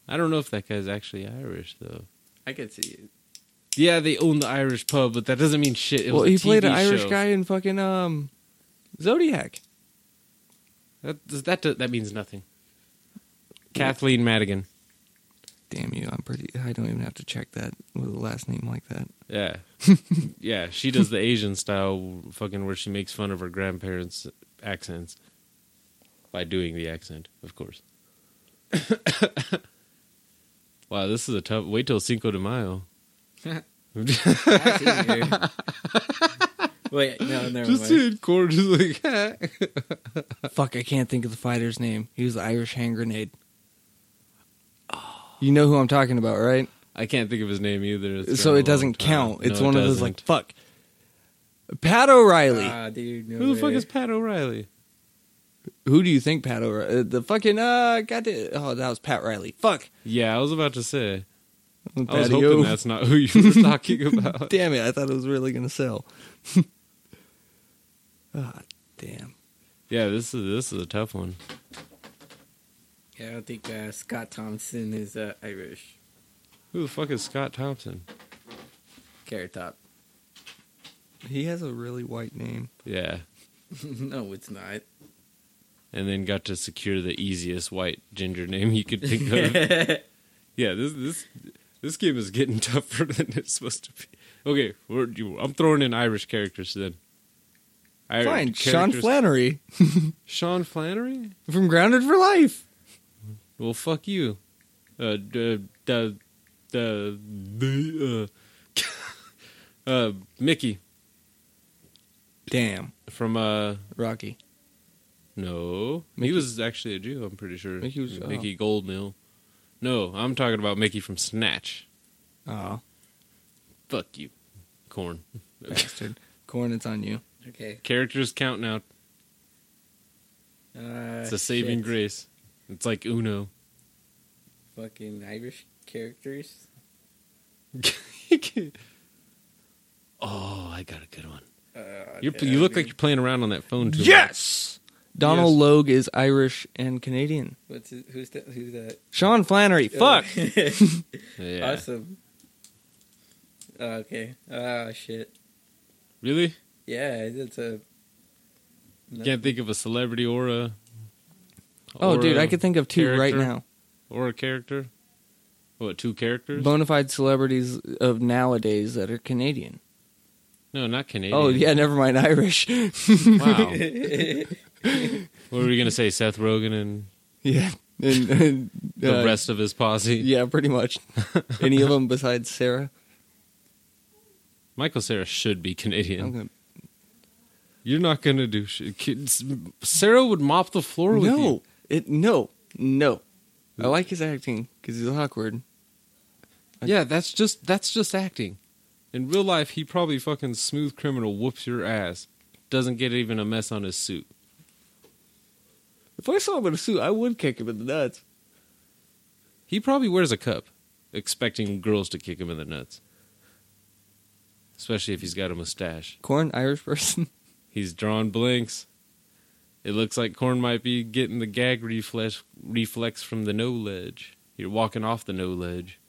I don't know if that guy's actually Irish though. I could see it. Yeah, they own the Irish pub, but that doesn't mean shit. It was Well, a he played TV an Irish show. guy in fucking um Zodiac. That does- that do- that means nothing. Kathleen Madigan. Damn you! I'm pretty. I don't even have to check that with a last name like that. Yeah, yeah. She does the Asian style, fucking where she makes fun of her grandparents' accents by doing the accent, of course. wow, this is a tough. Wait till Cinco de Mayo. I see it. Wait, no, never Just mind. in court, just like Fuck! I can't think of the fighter's name. He was the Irish hand grenade. You know who I'm talking about, right? I can't think of his name either. It's so been a it doesn't long time. count. It's No, it one of those like doesn't. Uh, fuck. Pat O'Reilly. Ah, dude, no Who the fuck way. is Pat O'Reilly? who do you think Pat O'Reilly? the fucking uh, goddamn. Oh, that was Pat Riley. Fuck. Yeah, I was about to say. I was Patty O. hoping that's not who you were talking about. Damn it! I thought it was really gonna sell. Ah, damn. Yeah, this is this is a tough one. Yeah, I don't think uh, Scott Thompson is uh, Irish. Who the fuck is Scott Thompson? Carrot Top. He has a really white name. Yeah. no, it's not. And then got to secure the easiest white ginger name he could think of. That's yeah, this this this game is getting tougher than it's supposed to be. Okay, we're, you, I'm throwing in Irish characters then. Irish Fine, Sean characters- Flannery Sean Flannery? from Grounded for Life. Well, fuck you. Uh, d- d- d- d- uh, uh, Mickey Damn, from uh Rocky. no, Mickey? he was actually a Jew. I'm pretty sure. Mickey was- oh. Mickey Goldmill. No, I'm talking about Mickey from Snatch. Oh, Fuck you, corn. bastard. Corn, it's on you. okay. Characters count now. Uh, It's a saving shit. grace. It's like Uno. Fucking Irish characters. oh, I got a good one. Uh, You're, yeah, you look dude. like you're playing around on that phone too. much. Yes. Donald Yes. Logue is Irish and Canadian. What's his, who's that? Who's that? Sean Flannery. Uh, Fuck. Oh. Yeah. awesome. Oh, okay. Oh shit. Really? Yeah, that's a. You Can't think of a celebrity or a. Oh, or dude, a- I could think of two right character. now. Or a character. What? Two characters? Bonafide celebrities of nowadays that are Canadian. no, not Canadian. Oh yeah, never mind. Irish. Wow. what were you gonna say? Seth Rogen and yeah, and, and, the uh, rest of his posse. Yeah, pretty much. Any of them besides Sarah. Michael Sarah should be Canadian. I'm gonna, You're not gonna do shit. Kids- Sarah would mop the floor with you. no, it no no. I like his acting because he's awkward. Yeah, that's just that's just acting. In real life, he probably fucking smooth criminal whoops your ass. Doesn't get even a mess on his suit. If I saw him in a suit, I would kick him in the nuts. He probably wears a cup, expecting girls to kick him in the nuts. Especially if he's got a mustache. Corn Irish person. He's drawn blanks. It looks like Corn might be getting the gag reflex reflex from the no ledge. You're walking off the no ledge.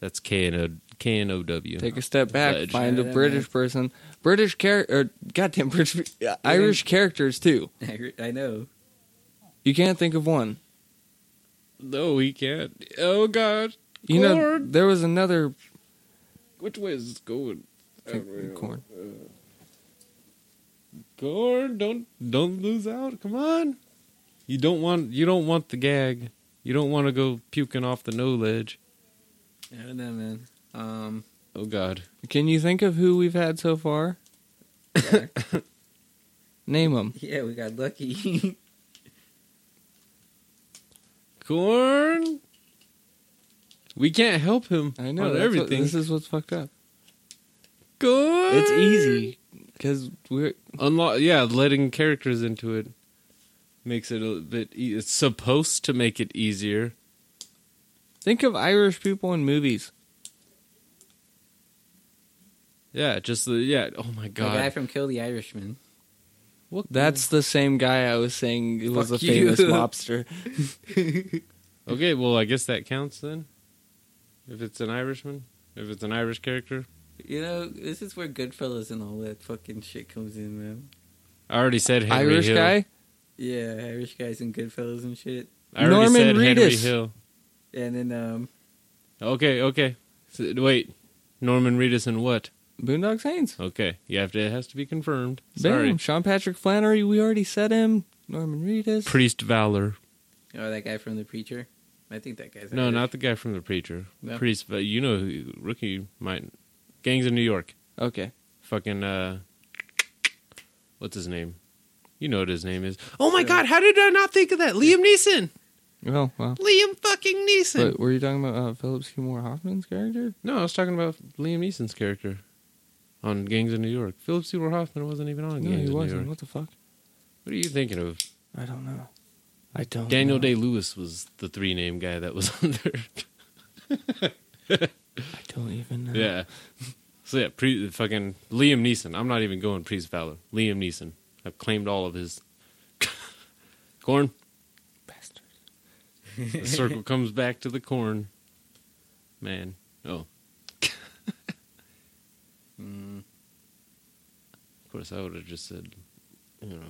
That's K and O K and O W. Take a step back, Ledge. find a Yeah, British person. British character, goddamn British, yeah, Irish characters too. I, I know. You can't think of one. No, he can't. Oh God, You know, Corn. there was another which way is this going? corn. Corn, don't don't lose out. Come on. You don't want you don't want the gag. You don't want to go puking off the no ledge. I don't know, man. Um, Oh God. Can you think of who we've had so far? yeah, Name them. yeah, we got lucky. Corn. We can't help him. I know on Oh, that's what- everything. this is what's fucked up. Corn. It's easy because we're Unlo- yeah, letting characters into it makes it a bit. E- it's supposed to make it easier. Think of Irish people in movies. Yeah, just the yeah. Oh my the guy God. from Kill the Irishman. What That's the same guy I was saying was Fuck a you. famous mobster. Okay, well, I guess that counts then. If it's an Irishman, if it's an Irish character, You know, this is where Goodfellas and all that fucking shit comes in, man. I already said Henry Irish Hill. guy? Yeah, Irish guys and Goodfellas and shit. I already Norman said Henry Reedus. Hill. And then, um, Okay, okay. So, wait, Norman Reedus and what? Boondock Saints. Okay, you have to. It has to be confirmed. Sorry, Bam. Sean Patrick Flannery. We already said him. Norman Reedus. Priest Valor. oh, that guy from The Preacher. I think that guy's No, Irish. not the guy from the preacher. No. Priest, but you know, who rookie might. Gangs of New York. okay. Fucking uh, what's his name? You know what his name is. Oh my God! How did I not think of that? Liam Neeson. Well, well. Liam fucking Neeson. But were you talking about uh, Philip Seymour Hoffman's character? No, I was talking about Liam Neeson's character on Gangs of New York. Philip Seymour Hoffman wasn't even on No, Gangs he of wasn't. New York. What the fuck? What are you thinking of? I don't know. I don't. Daniel know. Day Lewis was the three name guy that was on there. I don't even know. yeah. So yeah, pre- fucking Liam Neeson. I'm not even going Priest Valor. Liam Neeson. I've claimed all of his corn. Bastard. The circle comes back to the corn. Man. Oh. Mm. Of course, I would have just said, you know,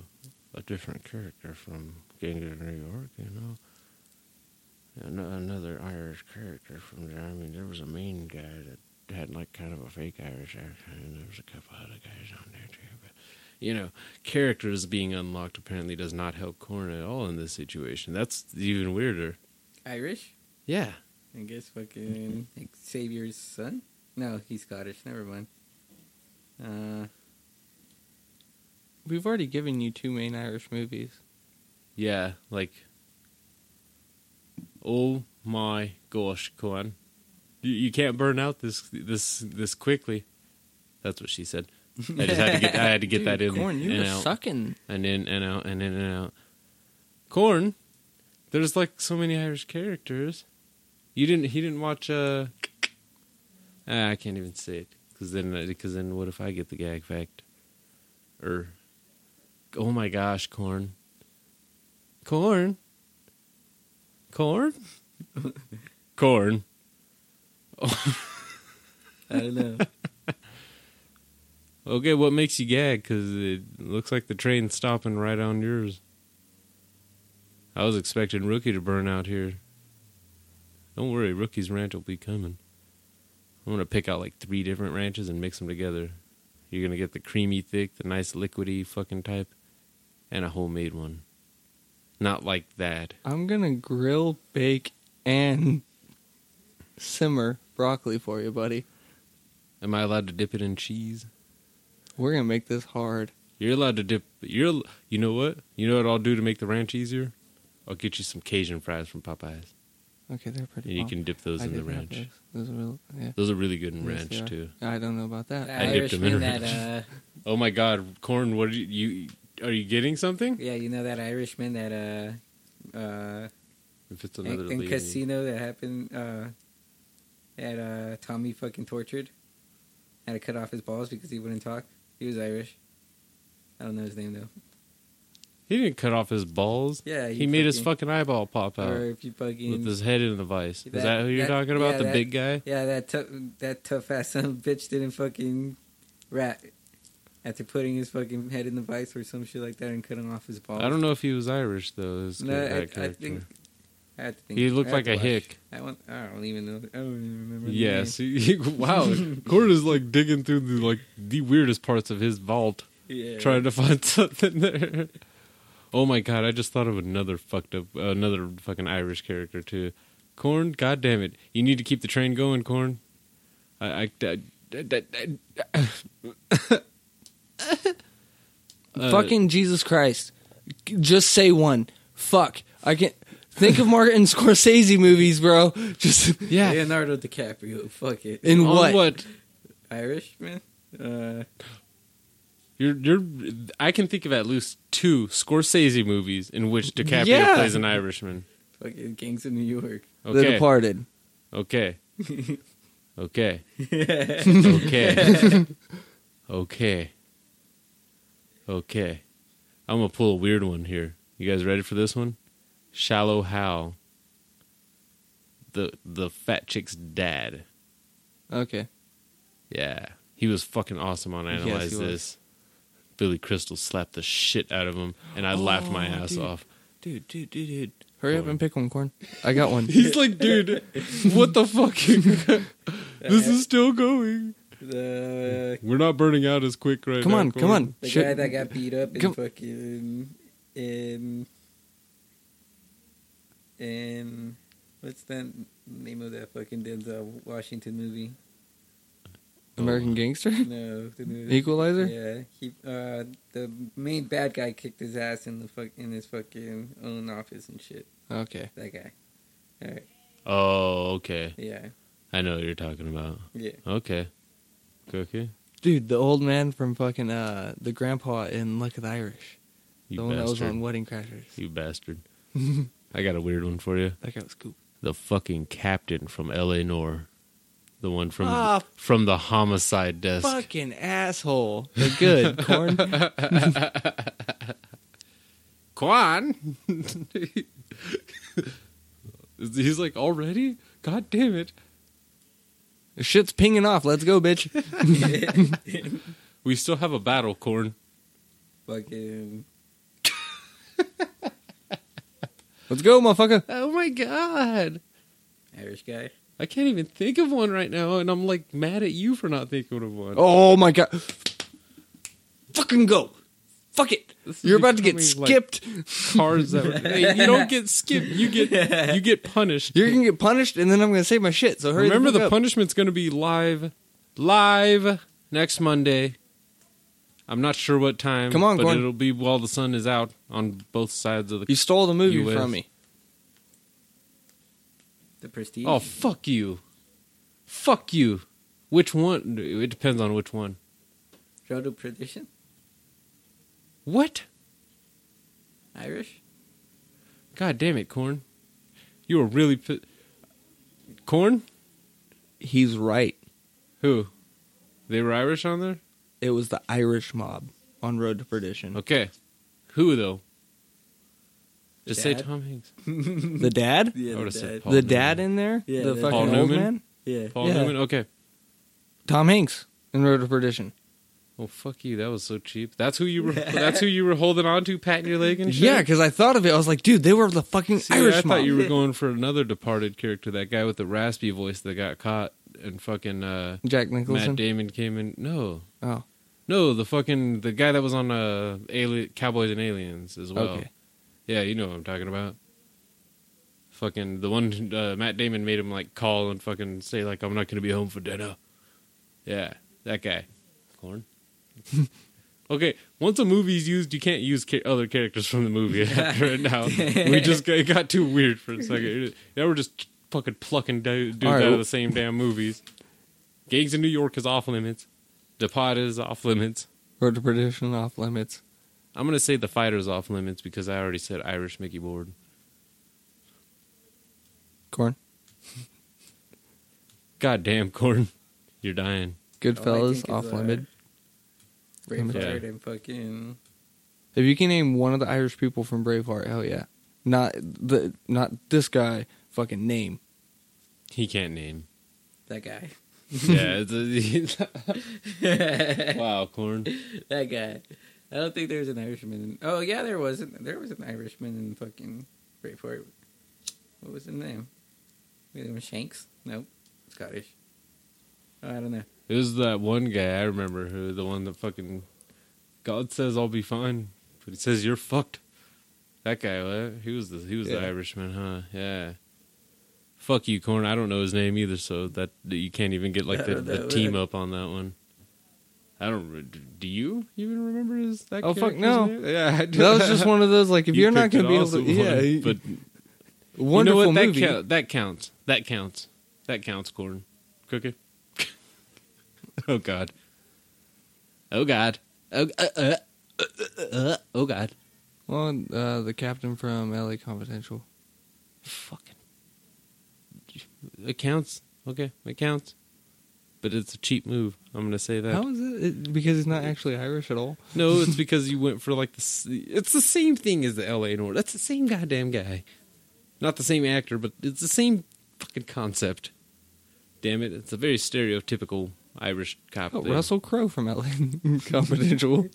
a different character from Gang of New York, you know. An- Another Irish character from there. I mean, there was a main guy that had like kind of a fake Irish accent, and there was a couple other guys on there too. But you know, characters being unlocked apparently does not help Corn at all in this situation. That's even weirder. Irish? Yeah, I guess fucking Mm-hmm. Xavier's son? No, he's Scottish. Never mind. Uh, We've already given you two main Irish movies. yeah, like, oh my gosh, Corn, you, you can't burn out this this this quickly. That's what she said. I just had to get I had to get that in. Corn, you and were out. sucking. and in and out and in and out. Corn, there's like so many Irish characters. You didn't. He didn't watch. Uh, ah, I can't even say it because then because then what if I get the gag fact? Or, oh my gosh, corn, corn, corn, corn. I don't know. Okay, what makes you gag? Because it looks like the train's stopping right on yours. I was expecting Rookie to burn out here. Don't worry, Rookie's ranch will be coming. I'm going to pick out like three different ranches and mix them together. You're going to get the creamy, thick, the nice, liquidy fucking type, and a homemade one. Not like that. I'm gonna grill, bake, and simmer broccoli for you, buddy. Am I allowed to dip it in cheese? We're gonna make this hard. You're allowed to dip. You're. You know what? You know what I'll do to make the ranch easier? I'll get you some Cajun fries from Popeyes. Okay, they're pretty. And you bomb. can dip those I in the didn't have ranch. Those, those are real, yeah. Those are really good in Yes, ranch they are. too. I don't know about that. That I dipped him in Irishman her. that, uh, Oh my God, corn! What are you, you? Are you getting something? yeah, you know that Irishman that, uh, uh, If it's in, another in lady. casino that happened, uh, that, uh, Tommy fucking tortured. Had to cut off his balls because he wouldn't talk. He was Irish. I don't know his name though. he didn't cut off his balls. Yeah, he, he made his fucking- fucking eyeball pop out Or if you fucking with his head in the vice. Is That- that who you're that- talking about? yeah, the that- big guy? Yeah, that tough, that tough ass son of a bitch didn't fucking rat after putting his fucking head in the vice or some shit like that and cutting off his balls. I don't know if he was Irish though. His No, that I, I character. think. I have to think. he looked I have like to a watch. hick. I, want, I don't even know. I don't even remember. the Yes. he- wow. Corn is like digging through the like the weirdest parts of his vault. name. Yeah. trying to find something there. Oh my god, I just thought of another fucked up, uh, another fucking Irish character too. Corn, god damn it, you need to keep the train going, Corn. I, I, I- I- I- Uh, Fucking Jesus Christ! G- Just say one. Fuck. I can't think of Martin Scorsese movies, bro. Just yeah. Leonardo DiCaprio. Fuck it. in On what? Irish man. Uh, You're, you're. I can think of at least two Scorsese movies in which DiCaprio Yeah. plays an Irishman. fucking Gangs of New York. The Okay. Departed. Okay. Okay. okay. okay. Okay. I'm going to pull a weird one here. You guys ready for this one? Shallow Hal. The the fat chick's dad. Okay. Yeah. He was fucking awesome on Yes, he Analyze was. This. Billy Crystal slapped the shit out of him and I laughed my Oh, ass dude. off. Dude, dude, dude, dude. Hurry up Corn. and pick one, corn. I got one. He's like, dude, what the fuck? this is still going. The We're not burning out as quick right come now. on, come Corey. on. the Shit. guy that got beat up in Come- fucking in in what's that name of that fucking Denzel Washington movie? American Gangster. No, the movie. Equalizer. Yeah, he uh the main bad guy kicked his ass in the fuck in his fucking own office and shit. Okay. That guy. All right. Oh, okay. Yeah. I know what you're talking about. Yeah. Okay. Okay. Dude, the old man from fucking uh the grandpa in Luck of the Irish. You the one that was bastard. on Wedding Crashers. You bastard. I got a weird one for you. That guy was cool. The fucking captain from L.A. Nor. The one from Ah, f- from the homicide desk. Fucking asshole. But good, corn. Quan. He's like already. God damn it. Shit's pinging off. Let's go, bitch. We still have a battle, Corn. Fucking. Let's go, motherfucker. Oh my god. Irish guy. I can't even think of one right now, and I'm like mad at you for not thinking of one. Oh my god. Fucking go. Fuck it. This is You're about to get becoming, like, skipped. cards that Hey, you don't get skipped. You get you get punished. You're gonna get punished, and then I'm gonna say my shit. So hurry. Remember the, the fuck up. punishment's going to be live, live next Monday. I'm not sure what time. Come on, but Gordon. it'll be while the sun is out on both sides of the. You stole the movie You from is. me. The prestige. Oh fuck you, fuck you. Which one? It depends on which one. Road to Perdition? What? Irish? God damn it, Corn. You were really pi- Corn. He's right. Who? They were Irish on there. It was the Irish mob on Road to Perdition. Okay. Who though? Just say Dad? Tom Hanks. The dad, Yeah, I would've said Paul the Newman. dad in there, Yeah, the that- fucking Paul old Newman? man, Yeah. Paul Yeah. Newman. Okay. Tom Hanks in Road to Perdition. Well, fuck you. That was so cheap. That's who you were. that's who you were holding on to, patting your leg and shit. Yeah, because I thought of it. I was like, dude, they were the fucking See, Irish I mob. thought you were going for another departed character, that guy with the raspy voice that got caught and fucking uh, Jack Matt Nicholson. Damon came in. No, Oh, no, the fucking the guy that was on uh, Ali Cowboys and Aliens as well. Okay. Yeah, you know what I'm talking about. Fucking the one uh, Matt Damon made him like call and fucking say like I'm not gonna be home for dinner. Yeah, that guy. Corn. okay, once a movie's used, you can't use ca- other characters from the movie after it now. We just got, it got too weird for a second. Now we're just fucking plucking du- dudes All right, out well- of the same damn movies. Gangs in New York is off limits. Depot is off limits. Road to Perdition off limits. I'm gonna say the fighter's off limits because I already said Irish Mickey Board. Corn. Oh, Goddamn, corn, you're dying. Goodfellas All I off think is, uh, limit. Braveheart and fucking. If you can name one of the Irish people from Braveheart, hell yeah. Not the not this guy. Fucking name. He can't name. That guy. yeah. It's a, that wow, corn. guy. I don't think there was an Irishman in. Oh, yeah, there wasn't. There was an Irishman in fucking Braveheart. What was his name? Maybe it was Shanks? Nope. Scottish. Oh, I don't know. It was that one guy I remember who the one that fucking God says I'll be fine, but he says you're fucked. That guy, what? he was the he was the Yeah. Irishman, huh? Yeah. Fuck you, corn. I don't know his name either, so that that you can't even get like I the, don't the know. team up on that one. I don't. re- Do you even remember his that? Oh, fuck, character's no. name? Yeah, I do. That was just one of those like if You you are not picked an gonna be able to awesome yeah one, you- but wonderful you know what? movie. That, count- that counts. That counts. That counts, Gordon. Cookie. oh God. Oh God. Oh uh, uh, uh, uh, uh, oh God. Well, uh, the captain from LA Confidential. Fucking. It counts. Okay, it counts. But it's a cheap move. I'm gonna say that. How is it? it? Because he's not actually Irish at all. No, it's because you went for like the. s- It's the same thing as the L.A. Noir. That's the same goddamn guy. Not the same actor, but it's the same fucking concept. Damn it! It's a very stereotypical Irish cop. Oh, thing. Russell Crowe from LA Confidential.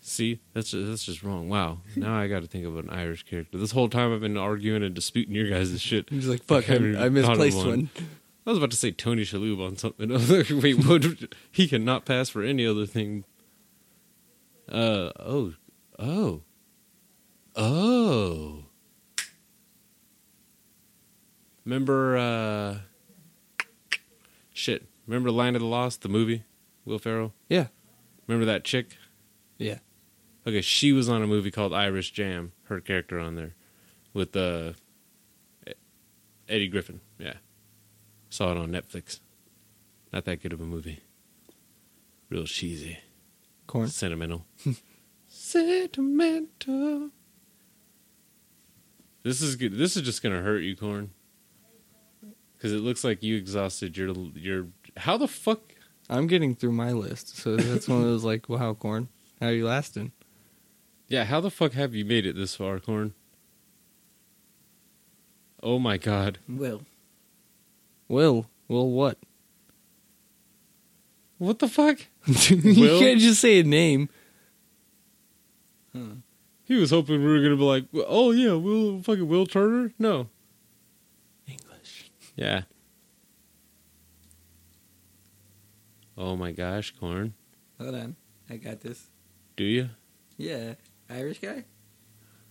See, that's just, that's just wrong. Wow. Now I got to think of an Irish character. This whole time I've been arguing and disputing your guys' shit. He's like, fuck, I, haven't I even thought of misplaced one. I was about to say Tony Shalhoub on something. other. Wait, what? He cannot pass for any other thing. Uh oh, oh, oh. Remember, uh, shit. Remember Line of the Lost, the movie, Will Ferrell. Yeah. Remember that chick? Yeah. Okay, she was on a movie called Irish Jam. Her character on there with uh, E- Eddie Griffin. Yeah, saw it on Netflix. Not that good of a movie. Real cheesy, Corn. sentimental, sentimental. This is good. This is just gonna hurt you, Corn. Because it looks like you exhausted your your. How the fuck? I'm getting through my list. So that's one of those like, wow, Corn, how you lasting? Yeah, how the fuck have you made it this far, Corn? Oh my god. Will. Will. Will what? What the fuck? you Will? can't just say a name. He was hoping we were gonna be like, oh yeah, Will fucking Will Turner. No. English. Yeah. Oh my gosh, corn. Hold on. I got this. Do you? Yeah. Irish guy?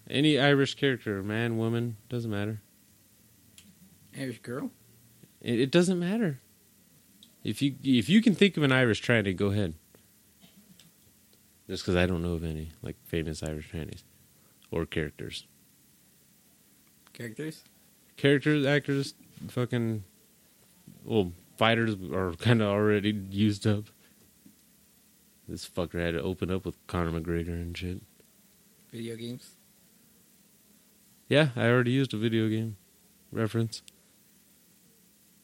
Any Irish character, man, woman, doesn't matter. Irish girl? It, it doesn't matter. If you if you can think of an Irish tranny, go ahead. Just because I don't know of any like famous Irish trannies or characters, Characters? characters, actors, fucking, well, fighters are kind of already used up. This fucker had to open up with Conor McGregor and shit. Video games? Yeah, I already used a video game reference.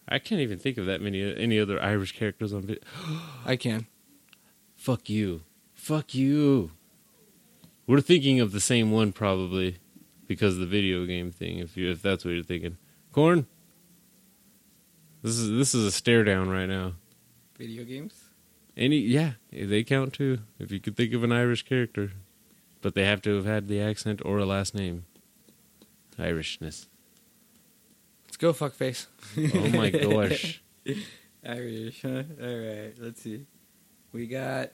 I can't even think of that many any other Irish characters on video. I can. Fuck you. Fuck you. We're thinking of the same one probably because of the video game thing if you if that's what you're thinking. Corn. This is this is a stare down right now. Video games? Any yeah, they count too if you could think of an Irish character. But they have to have had the accent or a last name. Irishness. Let's go, fuckface. Oh my gosh. Irish, huh? Alright, let's see. We got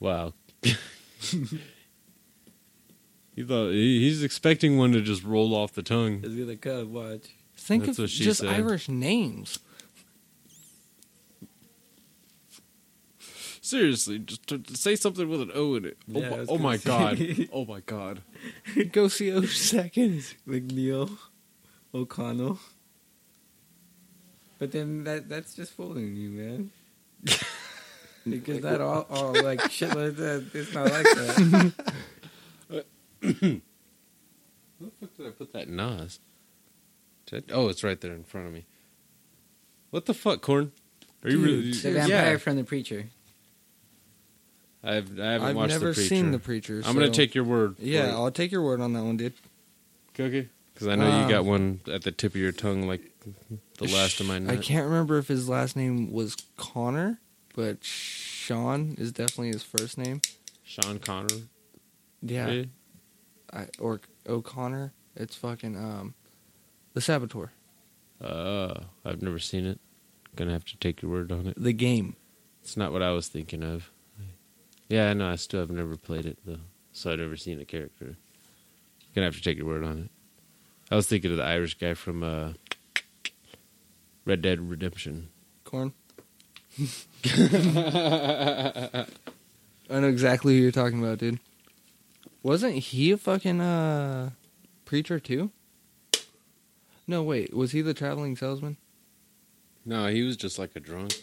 Wow. he thought he- he's expecting one to just roll off the tongue. Let's get the cub watch. Think That's of what she just said. Irish names. Seriously, just t- t- say something with an O in it. Oh, Yeah, I my- was oh gonna my say. god. Oh my god. go see Ocean Seconds. McNeil O'Connell. But then that that's just fooling you, man. because not all, all like shit like that. It's not like that. Where the fuck did I put that Nas? Did I- oh, it's right there in front of me. What the fuck, Corn? Are you really? the vampire from the preacher. I've I haven't I've watched never the seen the Preacher. preacher. I'm gonna so- take your word. Yeah, for I'll take your word on that one, dude. it. cookie. Because I know Um, you got one at the tip of your tongue, like the last of my. I nut. can't remember if his last name was Connor, but Sean is definitely his first name. Sean Connor. Yeah, eh? I, or O'Connor. It's fucking um, the Saboteur, Oh, I've never seen it. Gonna have to take your word on it. the game. It's not what I was thinking of. Yeah, I know. I still have never played it though, so I've never seen the character. Gonna have to take your word on it. I was thinking of the Irish guy from uh, Red Dead Redemption. Corn. I know exactly who you're talking about, dude. Wasn't he a fucking uh, preacher too? No, wait. Was he the traveling salesman? No, he was just like a drunk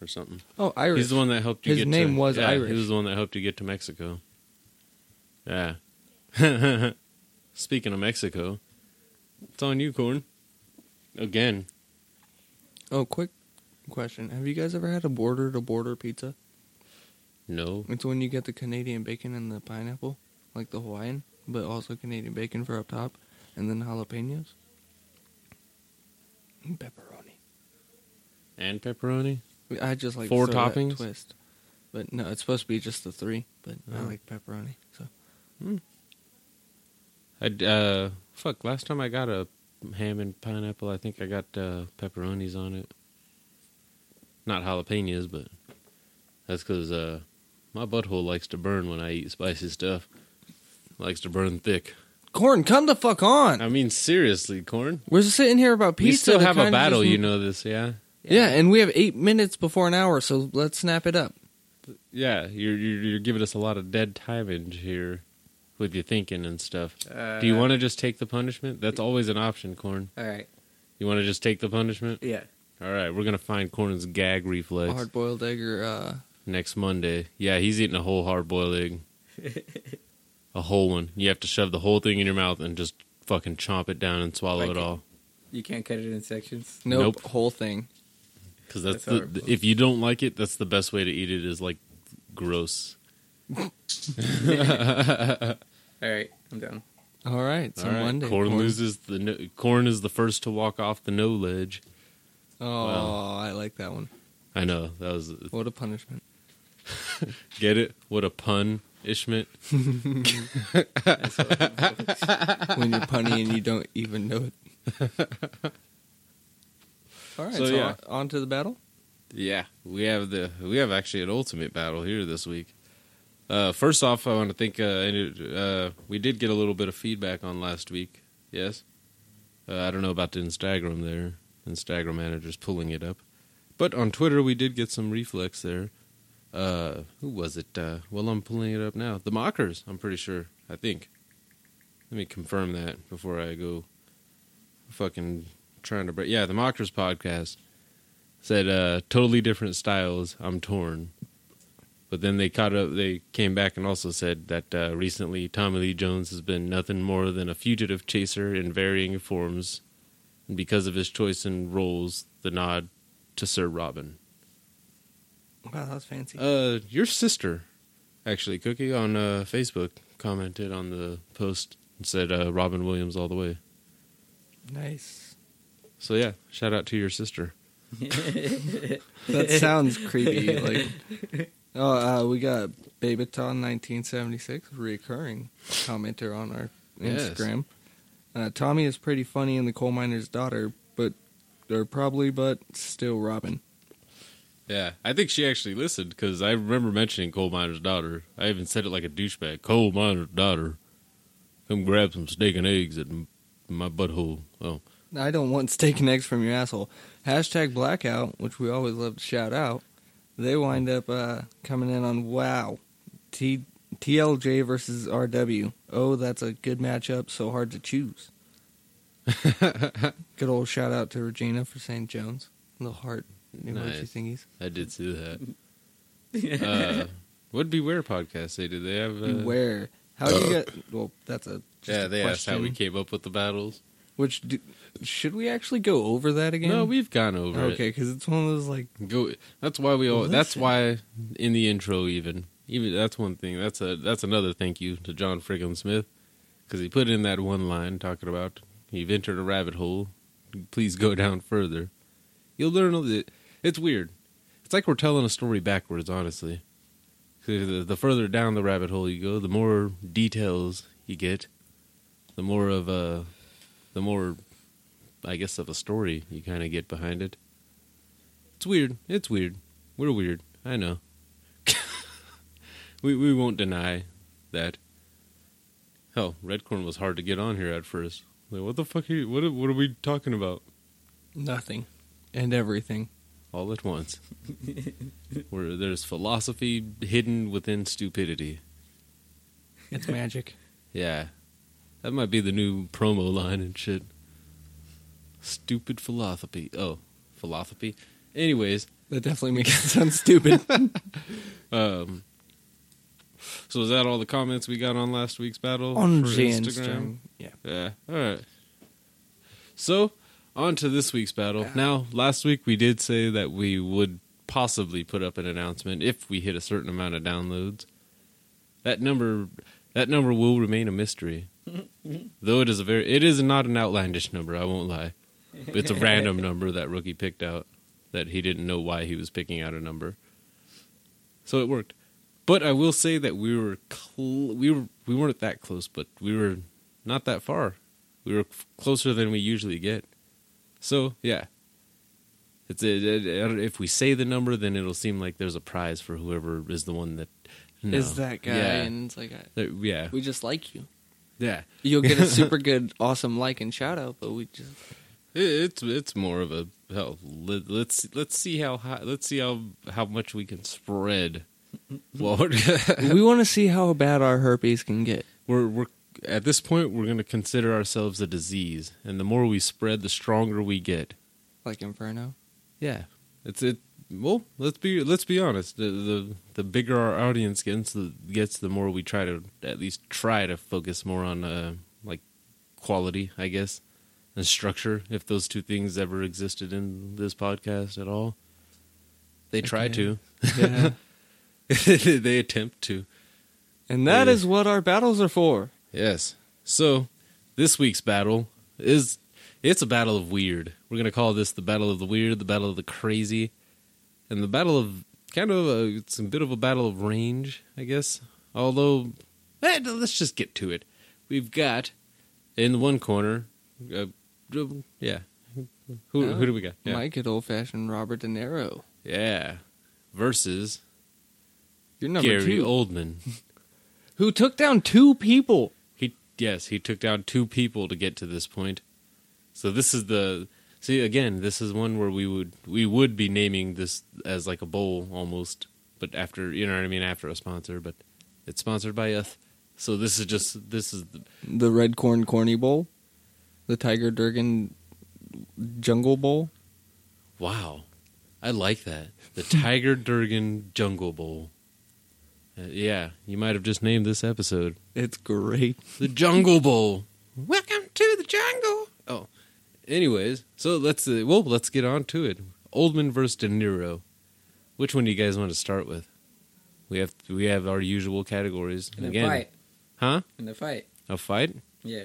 or something. Oh, Irish. He's the one that helped you His get to name was yeah, Irish. He was the one that helped you get to Mexico. Yeah. Speaking of Mexico, it's on you, Corn. Again. Oh, quick question. Have you guys ever had a border to border pizza? No. It's when you get the Canadian bacon and the pineapple, like the Hawaiian, but also Canadian bacon for up top, and then jalapenos. And pepperoni. And pepperoni? I just like Four to throw that toppings? twist. But no, it's supposed to be just the three, but I Oh. like pepperoni. So I, d- uh, fuck, last time I got a ham and pineapple, I think I got uh, pepperonis on it. Not jalapenos, but that's because uh, my butthole likes to burn when I eat spicy stuff. Likes to burn thick. Corn, come the fuck on. I mean, seriously, Corn. We're just sitting here about pizza. we still to have a kinda battle, just- you know this, yeah? Yeah, and we have eight minutes before an hour, so let's snap it up. Yeah, you're, you're, you're giving us a lot of dead time in here with your thinking and stuff. Uh, Do you want to just take the punishment? That's always an option, Corn. All right. You want to just take the punishment? Yeah. All right, we're gonna find Corn's gag reflex Hard boiled egg or uh, next Monday. Yeah, he's eating a whole hard-boiled egg, a whole one. You have to shove the whole thing in your mouth and just fucking chomp it down and swallow Like it it. all. You can't cut it in sections. nope, Nope. whole thing. Because that's, That's the, horrible. if you don't like it, that's the best way to eat it. Is like gross. All right. I'm done. All right, so all right, Monday. Corn, loses the no, Corn is the first to walk off the no ledge. Oh, Wow. I like that one. I know that was What a punishment. get it. What a pun, Ishmit. when you're punny and you don't even know it. All right, So, so, yeah. on, on to the battle. Yeah, we have the we have actually an ultimate battle here this week. Uh, first off, I want to thank. Uh, any- uh, we did get a little bit of feedback on last week. Yes, uh, I don't know about the Instagram there. Instagram manager's pulling it up, but on Twitter we did get some reflex there. Uh, who was it? Uh, well, I'm pulling it up now. The mockers. I'm pretty sure. I think. Let me confirm that before I go. Fucking trying to break. Yeah, the mockers podcast said uh totally different styles i'm torn but then they caught up they came back and also said that uh, recently tommy lee jones has been nothing more than a fugitive chaser in varying forms and because of his choice in roles the nod to sir robin Wow, that was fancy. uh your sister actually cookie on uh facebook commented on the post and said uh robin williams all the way nice. so yeah shout out to your sister That sounds creepy. Like, oh, uh, we got Babyton1976, recurring commenter on our Yes. Instagram. Uh, Tommy is pretty funny in the coal miner's daughter, but or probably, but still Robin. Yeah, I think she actually listened because I remember mentioning coal miner's daughter. I even said it like a douchebag. Coal miner's daughter, come grab some steak and eggs at m- my butthole. Oh, I don't want steak and eggs from your asshole. Hashtag blackout, which we always love to shout out. They wind up uh, coming in on wow. T- TLJ versus RW. Oh, that's a good matchup. So hard to choose. good old shout out to Regina for St. Jones. Little heart emoji Nice. thingies. I did see that. uh, what Beware podcast say? Did they have? Uh, Beware. How do you get? Well, that's a just Yeah, a they asked how we question. came up with the battles. Which do, should we actually go over that again? No, we've gone over it. okay because it's one of those like Go. That's why we all. That's Listen. why in the intro, even even that's one thing. That's a that's another thank you to John Friggin Smith because he put in that one line talking about you've entered a rabbit hole. Please go down further. You'll learn all the. It's weird. It's like we're telling a story backwards, honestly. 'Cause The, the further down the rabbit hole you go, the more details you get, the more of a, the more, I guess, of a story you kind of get behind it. It's weird. It's weird. We're weird. I know. we we won't deny that. Hell, red corn was hard to get on here at first. Like, what the fuck? Are you, what are- what are we talking about? nothing and everything. All at once. Where there's philosophy hidden within stupidity. It's magic. Yeah, that might be the new promo line and shit. Stupid philosophy. Oh, philosophy. Anyways, That definitely makes it sound stupid. Um, so is that all the comments we got on last week's battle On for Instagram. Yeah. Yeah. All right. So on to this week's battle. Now, last week we did say that we would possibly put up an announcement if we hit a certain amount of downloads. That number, that number will remain a mystery, though it is a very, it is not an outlandish number. I won't lie. It's a random number that rookie picked out that he didn't know why he was picking out a number. So it worked. But I will say that we were cl- we were we weren't that close, but we were not that far. We were f- closer than we usually get. So yeah, it's a, it- it- if we say the number, then it'll seem like there's a prize for whoever is the one that no. Is that guy? Yeah, And it's like, I- There- yeah, we just like you. yeah. You'll get a super good, awesome like and shout out, but we just It, it's it's more of a hell. Let, let's let's see how high, let's see how how much we can spread. Well, we want to see how bad our herpes can get. we're we're at this point we're going to consider ourselves a disease, and the more we spread, the stronger we get. Like Inferno. Yeah, it's it. Well, let's be let's be honest. The the, the bigger our audience gets, the gets the more we try to at least try to focus more on uh, like quality, I guess, and structure. If those two things ever existed in this podcast at all, they try to. Yeah. they attempt to. and that Yeah. is what our battles are for. Yes. So this week's battle is it's a battle of weird. We're gonna call this the battle of the weird, the battle of the crazy. and the battle of kind of a, it's a bit of a battle of range, I guess. Although, eh, no, let's just get to it. We've got in the one corner, uh, yeah. Uh, Who who do we got? Yeah. My good old fashioned Robert De Niro. Yeah. Versus You're number Gary two. Oldman. Who took down two people? He yes, he took down two people to get to this point. So this is the see again. This is one where we would we would be naming this as like a bowl almost, but after you know what I mean after a sponsor, but it's sponsored by us. So this is just this is the, The Red Corn Corny Bowl, the Tiger Durgan Jungle Bowl. wow. I like that the Tiger Durgan Jungle Bowl. Uh, yeah, you might have just named this episode. It's great. The Jungle Bowl. Welcome to the jungle. Oh, anyways, so let's uh, well let's get on to it. Oldman versus De Niro. Which one do you guys want to start with? We have we have our usual categories. In a fight. huh? In a fight. A fight? Yeah.